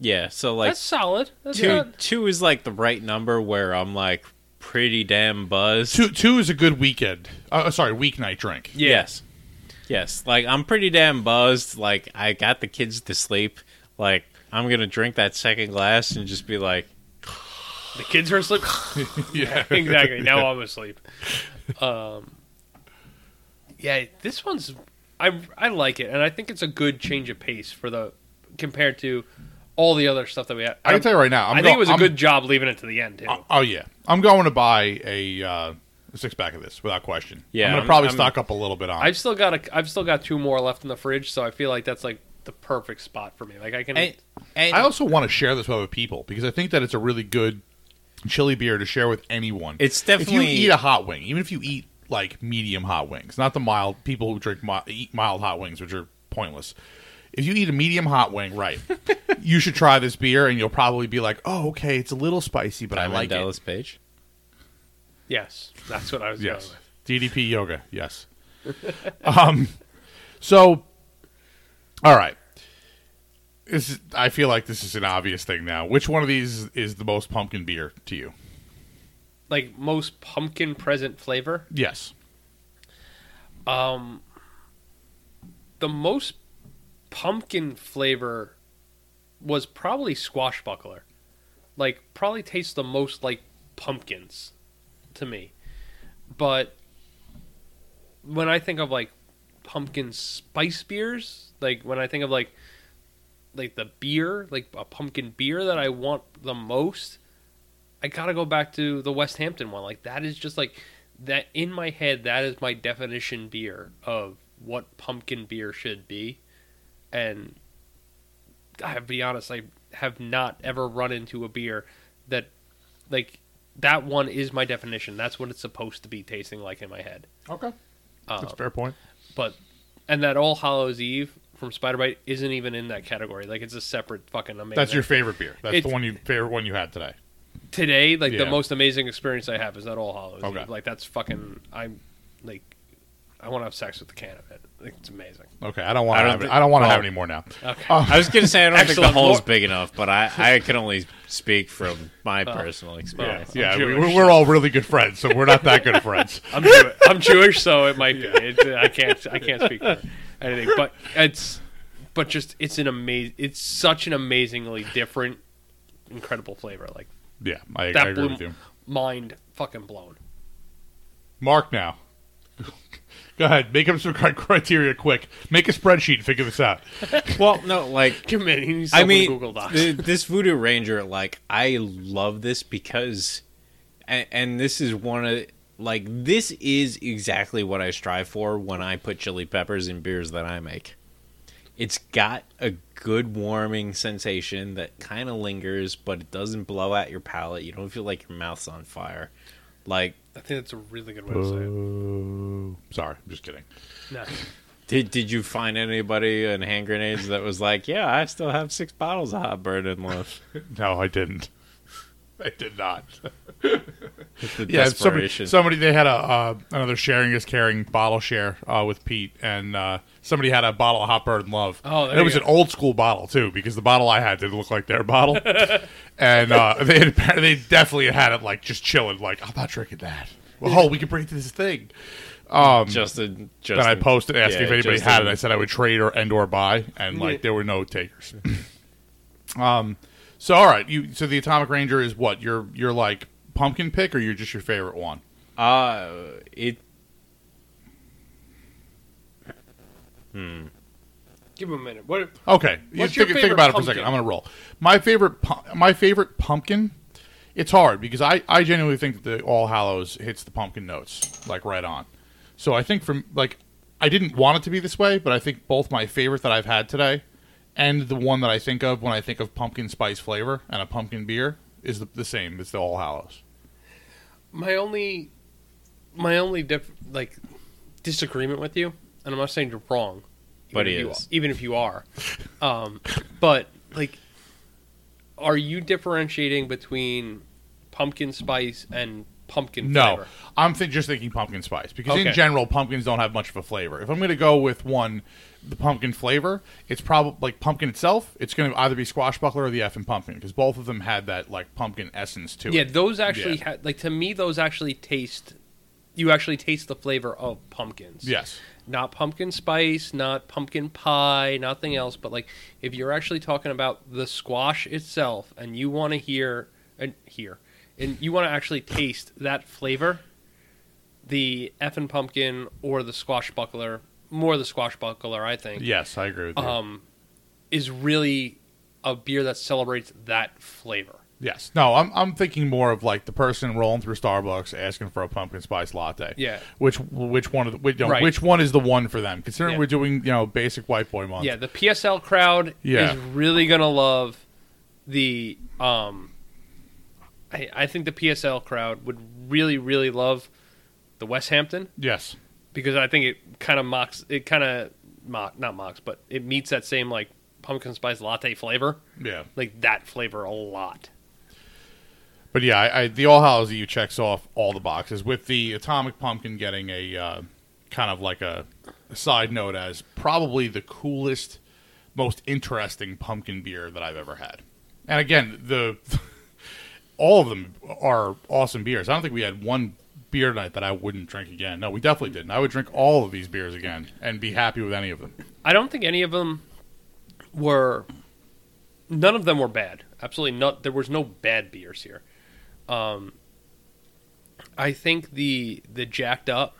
E: Yeah, so like
C: that's solid. That's
E: two,
C: not,
E: two is like the right number where I'm like pretty damn buzzed.
D: Two two is a good weekend. Uh, sorry, weeknight drink.
E: Yes. Yes. Like I'm pretty damn buzzed. Like I got the kids to sleep. Like I'm gonna drink that second glass and just be like,
C: the kids are asleep.
D: Yeah,
C: exactly. Now I'm asleep. Um, yeah, this one's I I like it, and I think it's a good change of pace for the compared to all the other stuff that we had.
D: I can tell you right now. I'm
C: I
D: go-
C: think it was a
D: I'm-
C: good job leaving it to the end too.
D: Oh, oh, yeah, I'm going to buy a uh, six pack of this without question.
E: Yeah,
D: I'm gonna
E: I'm-
D: probably
E: I'm-
D: stock up a little bit on.
C: I've
D: it.
C: still got a, I've still got two more left in the fridge, so I feel like that's like the perfect spot for me. Like I can.
E: and, and
D: I also want to share this with other people because I think that it's a really good chili beer to share with anyone.
E: It's
D: if
E: definitely-
D: you eat a hot wing, even if you eat like medium hot wings, not the mild people who drink mi- eat mild hot wings, which are pointless. If you eat a medium hot wing, right, you should try this beer, and you'll probably be like, "Oh, okay, it's a little spicy, but I
E: Diamond
D: like it."
E: Dallas Page.
C: Yes, that's what I was yes.
D: Yes.
C: going with.
D: DDP yoga. Yes. um, so, all right. This is, I feel like this is an obvious thing now. Which one of these is the most pumpkin beer to you?
C: Like most pumpkin present flavor,
D: Yes.
C: Um, the most pumpkin flavor was probably squashbuckler. Like probably tastes the most like pumpkins to me. But when I think of like pumpkin spice beers, like when I think of like like the beer, like a pumpkin beer that I want the most, I gotta go back to the West Hampton one. Like that is just like that in my head. That is my definition beer of what pumpkin beer should be, and I have to be honest. I have not ever run into a beer that like that one is my definition. That's what it's supposed to be tasting like in my head.
D: Okay.
C: Uh,
D: That's a fair point.
C: But and that All Hallows Eve from Spider Bite isn't even in that category. Like it's a separate fucking amazing.
D: That's your favorite beer. That's the
C: It's-
D: one you favorite one you had today.
C: today like the
D: Yeah.
C: most amazing experience i have is that all hollows
D: Okay.
C: Eve. like that's fucking i'm like i want to have sex with the can of it like, it's amazing
D: Okay. I don't want
E: I
D: to.
E: don't
D: have, it-
E: thi-
D: I don't want to
E: oh.
D: have any more now. Um,
C: okay
E: I was gonna say I don't think
C: Excellent.
E: the hole's
C: More-
E: big enough, but I I can only speak from my personal experience.
D: Oh. yeah, we,
C: Jewish.
D: we're, we're all really good friends, so we're not that good of friends.
C: I'm, Jew- I'm jewish so it might be it, i can't i can't speak for anything but it's but just it's an amazing it's such an amazingly different incredible flavor like
D: Yeah, I, I
C: that
D: agree
C: blew
D: with you.
C: mind fucking blown
D: Mark now. Go ahead, make up some cri- criteria quick. Make a spreadsheet and figure this out.
E: Well, no, like
C: committing yourself
E: I mean,
C: google docs
E: th- this Voodoo Ranger, like, I love this because, and, and this is one of, like, this is exactly what I strive for when I put chili peppers in beers that I make. It's got a good warming sensation that kind of lingers, but it doesn't blow out your palate. You don't feel like your mouth's on fire. Like,
C: i think that's a really good way to say it
D: Sorry, I'm just kidding.
C: no.
E: did did you find anybody in hand grenades that was like, yeah, I still have six bottles of hot burning left?
D: No, I didn't. I did not.
E: It's the
D: yeah, somebody,
E: desperation.
D: somebody they had a uh, another sharing is caring bottle share uh, with Pete, and uh, somebody had a bottle of hot bird and love.
C: Oh, there
D: and it
C: you
D: was
C: go.
D: an old school bottle too, because the bottle I had didn't look like their bottle, and uh, they had, apparently- they definitely had it like just chilling, like I'm not drinking that. Well, oh, we can bring it to this thing.
E: Justin,
D: Then
E: Justin.
D: I posted asking
E: yeah,
D: if anybody
E: Justin-
D: had it. I said I would trade or and or buy, and like there were no takers. um, so all right, you so the Atomic Ranger is what your your like pumpkin pick, or you're just your favorite one.
E: Uh, it
C: Give him a minute. What?
D: Okay, you
C: What's
D: think,
C: your
D: think
C: favorite
D: about it for a
C: pumpkin?
D: second. I'm gonna roll. My favorite, pu- my favorite pumpkin. It's hard because I, I genuinely think that the All Hallows hits the pumpkin notes like right on. So I think from like I didn't want it to be this way, but I think both my favorite that I've had today and the one that I think of when I think of pumpkin spice flavor and a pumpkin beer is the, the same. It's the All Hallows.
C: My only, my only diff, like disagreement with you, and I'm not saying you're wrong, even
E: But he
C: if you-
E: is.
C: even if you are, um, but like, are you differentiating between pumpkin spice and pumpkin?
D: No,
C: flavor?
D: I'm th- just thinking pumpkin spice because in
C: Okay.
D: general pumpkins don't have much of a flavor. If I'm going to go with one, the pumpkin flavor, it's probably like pumpkin itself. It's going to either be squashbuckler or the effing pumpkin because both of them had that like pumpkin essence to
C: Yeah,
D: it.
C: those actually
D: Yeah.
C: ha- like to me those actually taste you actually taste the flavor of pumpkins.
D: Yes.
C: Not pumpkin spice, not pumpkin pie, nothing else, but like if you're actually talking about the squash itself and you want to hear and hear and you want to actually taste that flavor, the effing pumpkin or the squash buckler, more the squash buckler, I think
D: Yes, I agree with you.
C: um is really a beer that celebrates that flavor.
D: yes. No, I'm I'm thinking more of like the person rolling through Starbucks asking for a pumpkin spice latte.
C: Yeah.
D: Which which one of the, which, you know,
C: Right.
D: which one is the one for them? Considering
C: Yeah.
D: we're doing, you know, basic white boy month.
C: Yeah, the PSL crowd
D: Yeah.
C: is really gonna love the. Um, I, I think the PSL crowd would really, really love the West Hampton
D: Yes.
C: because I think it kind of mocks. It kind of mock, not mocks, but it meets that same like pumpkin spice latte flavor,
D: Yeah.
C: like that flavor a lot.
D: But yeah, I, I, the All Hallows EU checks off all the boxes, with the Atomic Pumpkin getting a uh, kind of like a, a side note as probably the coolest, most interesting pumpkin beer that I've ever had. And again, the all of them are awesome beers. I don't think we had one beer night that I wouldn't drink again. No, we definitely didn't. I would drink all of these beers again and be happy with any of them.
C: I don't think any of them were. None of them were bad. Absolutely not. There was no bad beers here. Um, I think the the jacked up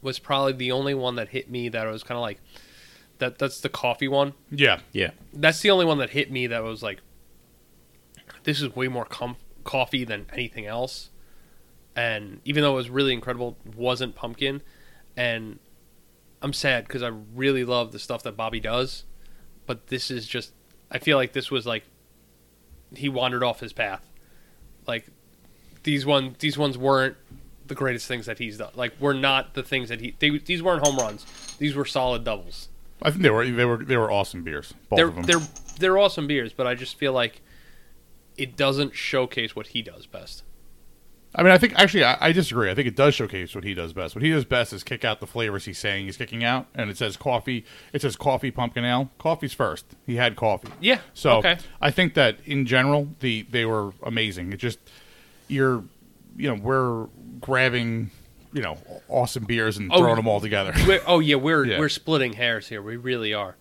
C: was probably the only one that hit me that was kind of like that. That's the coffee one.
D: Yeah,
E: yeah,
C: That's the only one that hit me that was like, this is way more com- coffee than anything else. And even though it was really incredible, it wasn't pumpkin. And I'm sad because I really love the stuff that Bobby does, but this is just. I feel like this was like he wandered off his path. Like these one, these ones weren't the greatest things that he's done. Like were not the things that he. They, these weren't home runs. These were solid doubles
D: I think they were they were they were awesome beers. Both
C: they're
D: of them.
C: they're they're awesome beers, but I just feel like it doesn't showcase what he does best.
D: I mean, I think actually I, I disagree. I think it does showcase what he does best. What he does best is kick out the flavors he's saying he's kicking out, and it says coffee. It says coffee pumpkin ale. Coffee's first. He had coffee.
C: Yeah,
D: So
C: okay.
D: I think that in general the they were amazing. It just you're you know we're grabbing you know awesome beers and
C: Oh,
D: throwing them all together.
C: We're, oh yeah, we're
D: Yeah.
C: we're splitting hairs here. We really are.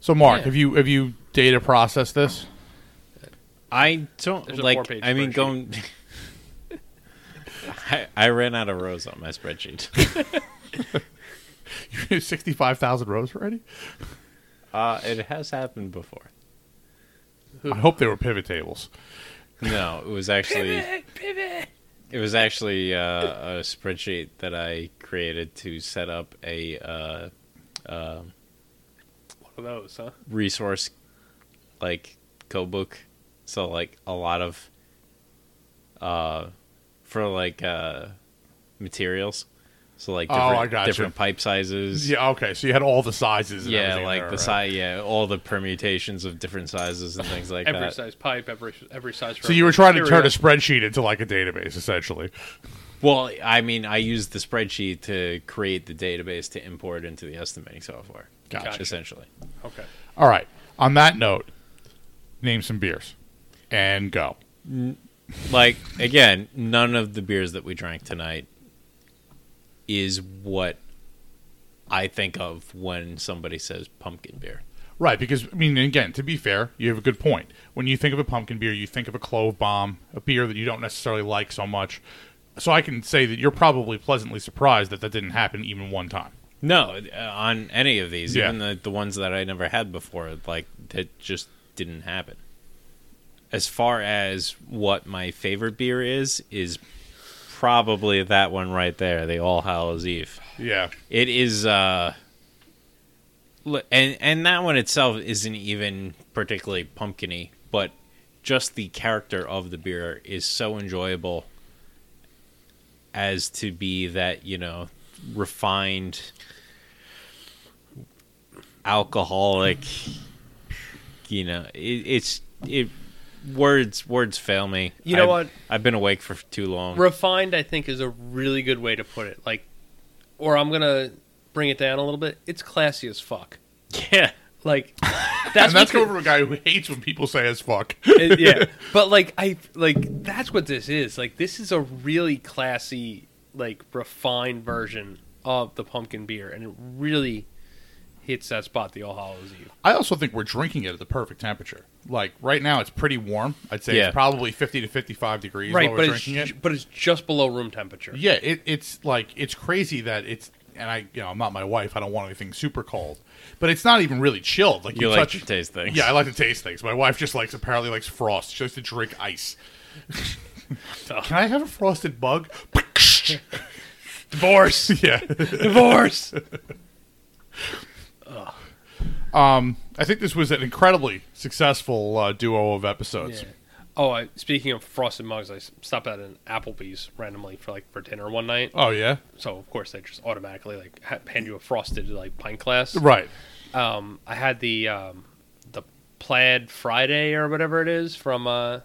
D: so Mark,
C: yeah.
D: have you have you data processed this?
E: I don't
C: There's a
E: like.
C: four-page
E: I mean,
C: spreadsheet.
E: going. I, I ran out of rows on my spreadsheet.
D: Sixty five thousand rows already.
E: Uh, it has happened before.
D: I hope they were pivot tables.
E: No, it was actually it was actually uh, a spreadsheet that I created to set up a uh,
C: One of those, huh?
E: resource like co-book. So like a lot of uh, for like uh, materials. So like
D: Oh,
E: different,
D: I gotcha.
E: different pipe sizes.
D: Yeah. Okay. So you had all the sizes. And
E: Yeah,
D: everything in
E: like
D: there,
E: the
D: right?
E: size, yeah, all the permutations of different sizes and things like
C: every
E: that.
C: size pipe, every every size.
D: So you were trying to turn a
C: material.
D: spreadsheet into like a database, essentially.
E: Well, I mean, I used the spreadsheet to create the database to import into the estimating software.
D: Gotcha.
E: Essentially.
C: okay.
D: All right. On that note, name some beers and go.
E: Like again, none of the beers that we drank tonight is what I think of when somebody says pumpkin beer.
D: Right, because I mean, again, to be fair, you have a good point. When you think of a pumpkin beer, you think of a clove bomb, a beer that you don't necessarily like so much. So I can say that you're probably pleasantly surprised that that didn't happen even one time.
E: No, uh, on any of these,
D: Yeah.
E: even the, the ones that I never had before, like that just didn't happen. As far as what my favorite beer is, is probably that one right there, the All Hallows Eve.
D: Yeah,
E: It is, uh, li- and and that one itself isn't even particularly pumpkiny, but just the character of the beer is so enjoyable as to be that you know refined alcoholic. You know, it, it's it. Words words fail me.
C: You know
E: I've-
C: what?
E: I've been awake for too long.
C: Refined, I think, is a really good way to put it. Like, or I'm gonna bring it down a little bit. It's classy as fuck.
E: yeah.
C: Like,
D: and that's
C: that's what
D: coming
C: the-
D: from a guy who hates when people say as fuck.
C: Uh, yeah. But like I like that's what this is. Like this is a really classy, like refined version of the pumpkin beer, and it really hits that spot. The All Hallows Eve.
D: I also think we're drinking it at the perfect temperature. Like right now, it's pretty warm. I'd say
E: Yeah.
D: it's probably 50 to 55 degrees
C: right,
D: while
C: but
D: we're
C: it's
D: drinking it.
C: ju- but it's just below room temperature.
D: Yeah, it, it's like it's crazy that it's and I you know I'm not my wife. I don't want anything super cold, but it's not even really chilled. Like
E: You
D: you,
E: like
D: touch,
E: to taste things.
D: Yeah, I like to taste things. My wife just likes apparently likes frost. She likes to drink ice. Can I have a frosted bug?
C: Divorce,
D: yeah,
C: divorce.
D: I think this was an incredibly successful uh, duo of episodes.
C: Yeah. Oh, I, speaking of frosted mugs, I s- stopped at an Applebee's randomly for like for dinner one night.
D: Oh yeah,
C: So of course they just automatically like ha- hand you a frosted like pint glass.
D: right.
C: um, I had the um, the plaid Friday or whatever it is from uh,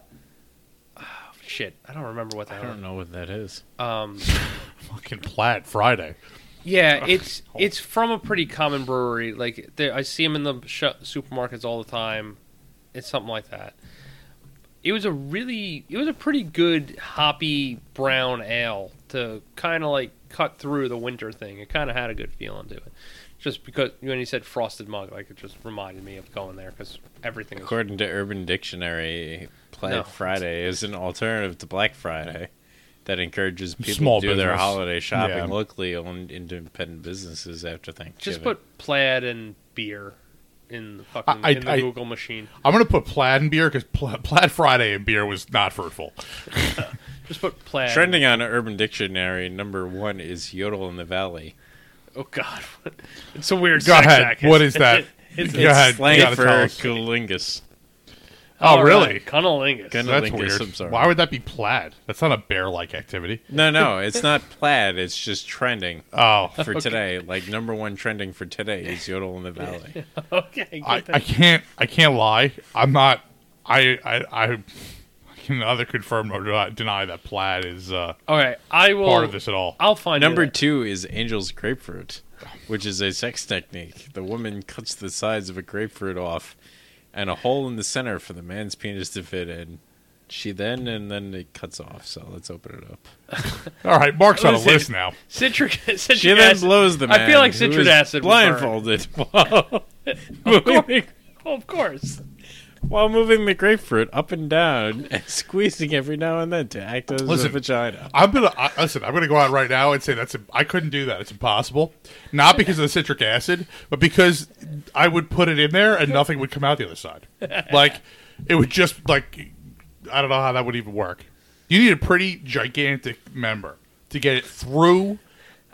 C: oh, shit. I don't remember what the
E: I
C: hell.
E: don't know what that is.
C: Um,
D: Fucking plaid Friday.
C: yeah, it's it's from a pretty common brewery. Like there, I see them in the sh- supermarkets all the time. It's something like that. It was a really, it was a pretty good hoppy brown ale to kind of like cut through the winter thing. It kind of had a good feeling to it, just because when you said frosted mug, like it just reminded me of going there because everything is
E: According to Urban Dictionary, Plaid
C: No.
E: Friday is an alternative to Black Friday that encourages people
D: Small
E: to do their
D: business.
E: holiday shopping
D: Yeah.
E: locally owned independent businesses after Thanksgiving.
C: Just put plaid and beer in the fucking
D: I-
C: in the
D: I-
C: Google machine.
D: I'm gonna put plaid and beer because plaid Friday and beer was not fruitful.
C: Just put plaid.
E: trending on Urban Dictionary. Number one is Yodel in the Valley.
C: Oh God, it's a weird.
D: Go
C: sex
D: ahead.
C: act.
D: What is that?
C: It's-
D: Go ahead.
E: It's slang
D: You gotta
E: for
D: tell us.
E: cunnilingus.
D: Oh,
C: All
D: really?
C: right, Cunnilingus.
E: Cunnilingus.
D: That's
E: Lingus,
D: weird.
E: I'm sorry.
D: Why would that be plaid? That's not a bear-like activity.
E: No, no, it's not plaid. It's just trending
D: Oh,
E: for today. Like number one trending for today is Yodel in the Valley.
C: Okay.
D: I,
C: Get
D: I
C: that.
D: can't. I can't lie. I'm not. I I I can either confirm nor deny- deny that plaid is uh,
C: All right. I will.
D: part of this at all.
C: I'll find
E: Number
C: it.
E: two is angel's grapefruit, which is a sex technique. The woman cuts the sides of a grapefruit off and a hole in the center for the man's penis to fit in. She then and then it cuts off, so let's open it up.
D: All right, Mark's on a
C: Listen.
D: list now.
C: Citric. Citric
E: She then
C: acid.
E: blows the man.
C: I feel like
E: who
C: citric
E: is
C: acid. was burned.
E: blindfolded
C: Of course. Oh, of course.
E: while moving the grapefruit up and down and squeezing every now and then to act as
D: Listen.
E: a vagina.
D: I'm gonna I, listen. I'm gonna go out right now and say that's. I I couldn't do that. It's impossible. Not because of the citric acid, but because I would put it in there and nothing would come out the other side. Like it would just like I don't know how that would even work. You need a pretty gigantic member to get it through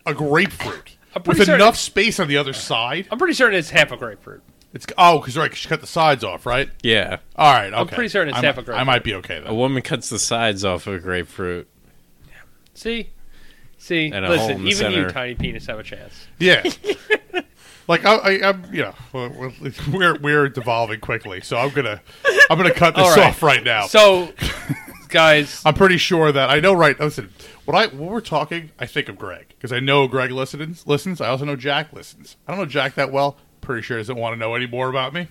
D: a grapefruit
C: I'm pretty
D: with
C: certain-
D: enough space on the other side.
C: I'm pretty certain it's half a grapefruit.
D: It's oh, because right, 'cause she cut the sides off, right?
E: Yeah.
D: All right, okay. I'm
C: pretty certain it's half a grapefruit.
D: I might be okay
E: A
D: though.
E: woman cuts the sides off of a grapefruit.
C: See, See,
E: And a
C: listen,
E: hole
C: even
E: in the
C: you,
E: center.
C: tiny penis, have a chance.
D: Yeah. like I, I, I'm, you know, we're- we're we're devolving quickly, so I'm gonna I'm gonna cut this
C: All right.
D: off right now.
C: So, guys,
D: I'm pretty sure that I know. Right? Listen, when I when we're talking, I think of Greg because I know Greg listens. Listens. I also know Jack listens. I don't know Jack that well. Pretty sure he doesn't want to know any more about me.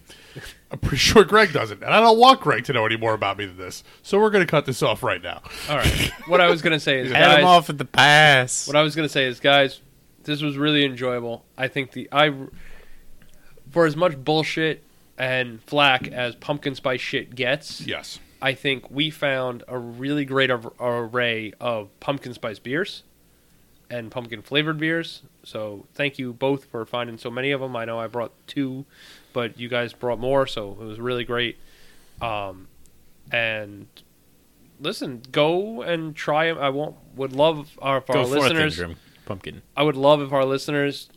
D: I'm pretty sure Greg doesn't, and I don't want Greg to know any more about me than this. So we're gonna cut this off right now.
C: all right. What I was gonna say is,
E: Head him
C: guys,
E: off at the pass.
C: What I was gonna say is, guys, this was really enjoyable. I think the I, for as much bullshit and flack as pumpkin spice shit gets,
D: Yes.
C: I think we found a really great ar- array of pumpkin spice beers and pumpkin flavored beers. So thank you both for finding so many of them. I know I brought two, but you guys brought more, so it was really great. Um, and listen, go and try them. I won't. Would love our, if our
E: Go forth and
C: listeners.
E: drum pumpkin.
C: I would love if our listeners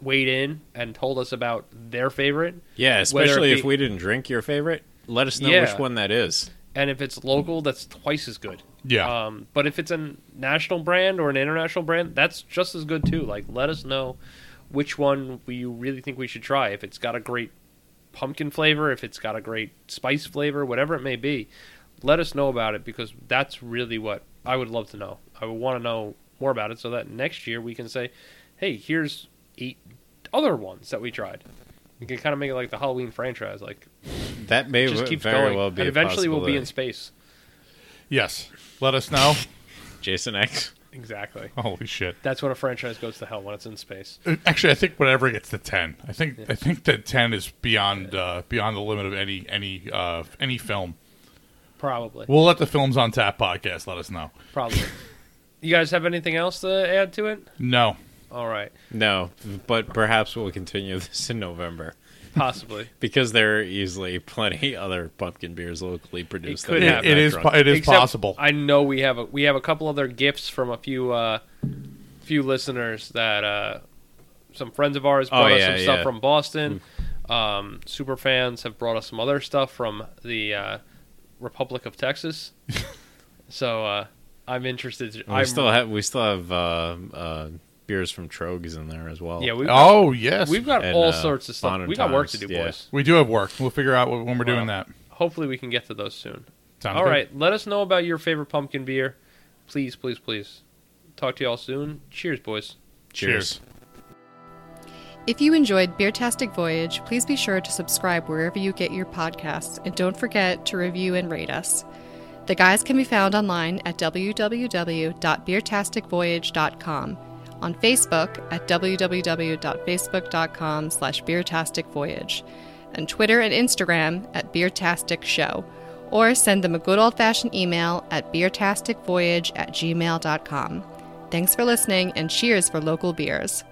C: weighed in and told us about their favorite. Whether
E: Yeah,
C: it
E: especially
C: be-
E: if we didn't drink your favorite. Let us know
C: Yeah.
E: which one that is.
C: and if it's local, that's twice as good.
D: Yeah.
C: Um, but if it's a national brand or an international brand, that's just as good too. Like, let us know which one we you really think we should try. If it's got a great pumpkin flavor, if it's got a great spice flavor, whatever it may be, let us know about it because that's really what I would love to know. I would want to know more about it so that next year we can say, hey, here's eight other ones that we tried. We can kind of make it like the Halloween franchise, like
E: That may
C: just
E: w-
C: keeps
E: very
C: going,
E: well be.
C: and
E: a
C: eventually we'll be in
E: possibility.
C: space.
D: Yes. Let us know.
E: Jason X.
C: Exactly.
D: Holy shit.
C: That's when a franchise goes to hell when it's in space.
D: Actually, I think whenever it gets to ten, I think I think that ten is beyond uh, beyond the limit of any any uh, any film.
C: Probably.
D: We'll let the films on tap podcast let us know.
C: Probably. You guys have anything else to add to it?
D: No,
C: All right.
E: No, but perhaps we'll continue this in November
C: Possibly.
E: because there are easily plenty other pumpkin beers locally produced.
C: could
E: that
C: happen.
E: we've
D: it
E: not
D: is
E: drunk.
D: po- it is
C: Except
D: possible.
C: I know we have a we have a couple other gifts from a few uh few listeners that uh some friends of ours brought us
E: Oh, yeah,
C: some stuff
E: yeah. Mm.
C: from Boston. Um super fans have brought us some other stuff from the uh Republic of Texas. so uh I'm interested.
E: we
C: I'm,
E: still have we still have uh, uh, beers from Trogs in there as well.
C: yeah, we've got,
D: oh yes,
C: we've got
E: And,
C: all
E: uh,
C: sorts of stuff.
E: modern
C: We got work to
E: times,
C: do,
E: yeah.
C: boys.
D: we do have work. We'll figure out wh- when we're
C: Wow.
D: doing that.
C: hopefully we can get to those soon.
D: Sounds
C: all
D: good?
C: right, let us know about your favorite pumpkin beer. Please, please, please. Talk to y'all soon. Cheers, boys.
E: Cheers.
D: Cheers.
B: If you enjoyed Beertastic Voyage, please be sure to subscribe wherever you get your podcasts and don't forget to review and rate us. The guys can be found online at www.beertasticvoyage.com, on Facebook at www.facebook.com slash beertasticvoyage, and Twitter and Instagram at Beertastic Show, or send them a good old-fashioned email at beertasticvoyage at gmail.com. Thanks for listening and cheers for local beers.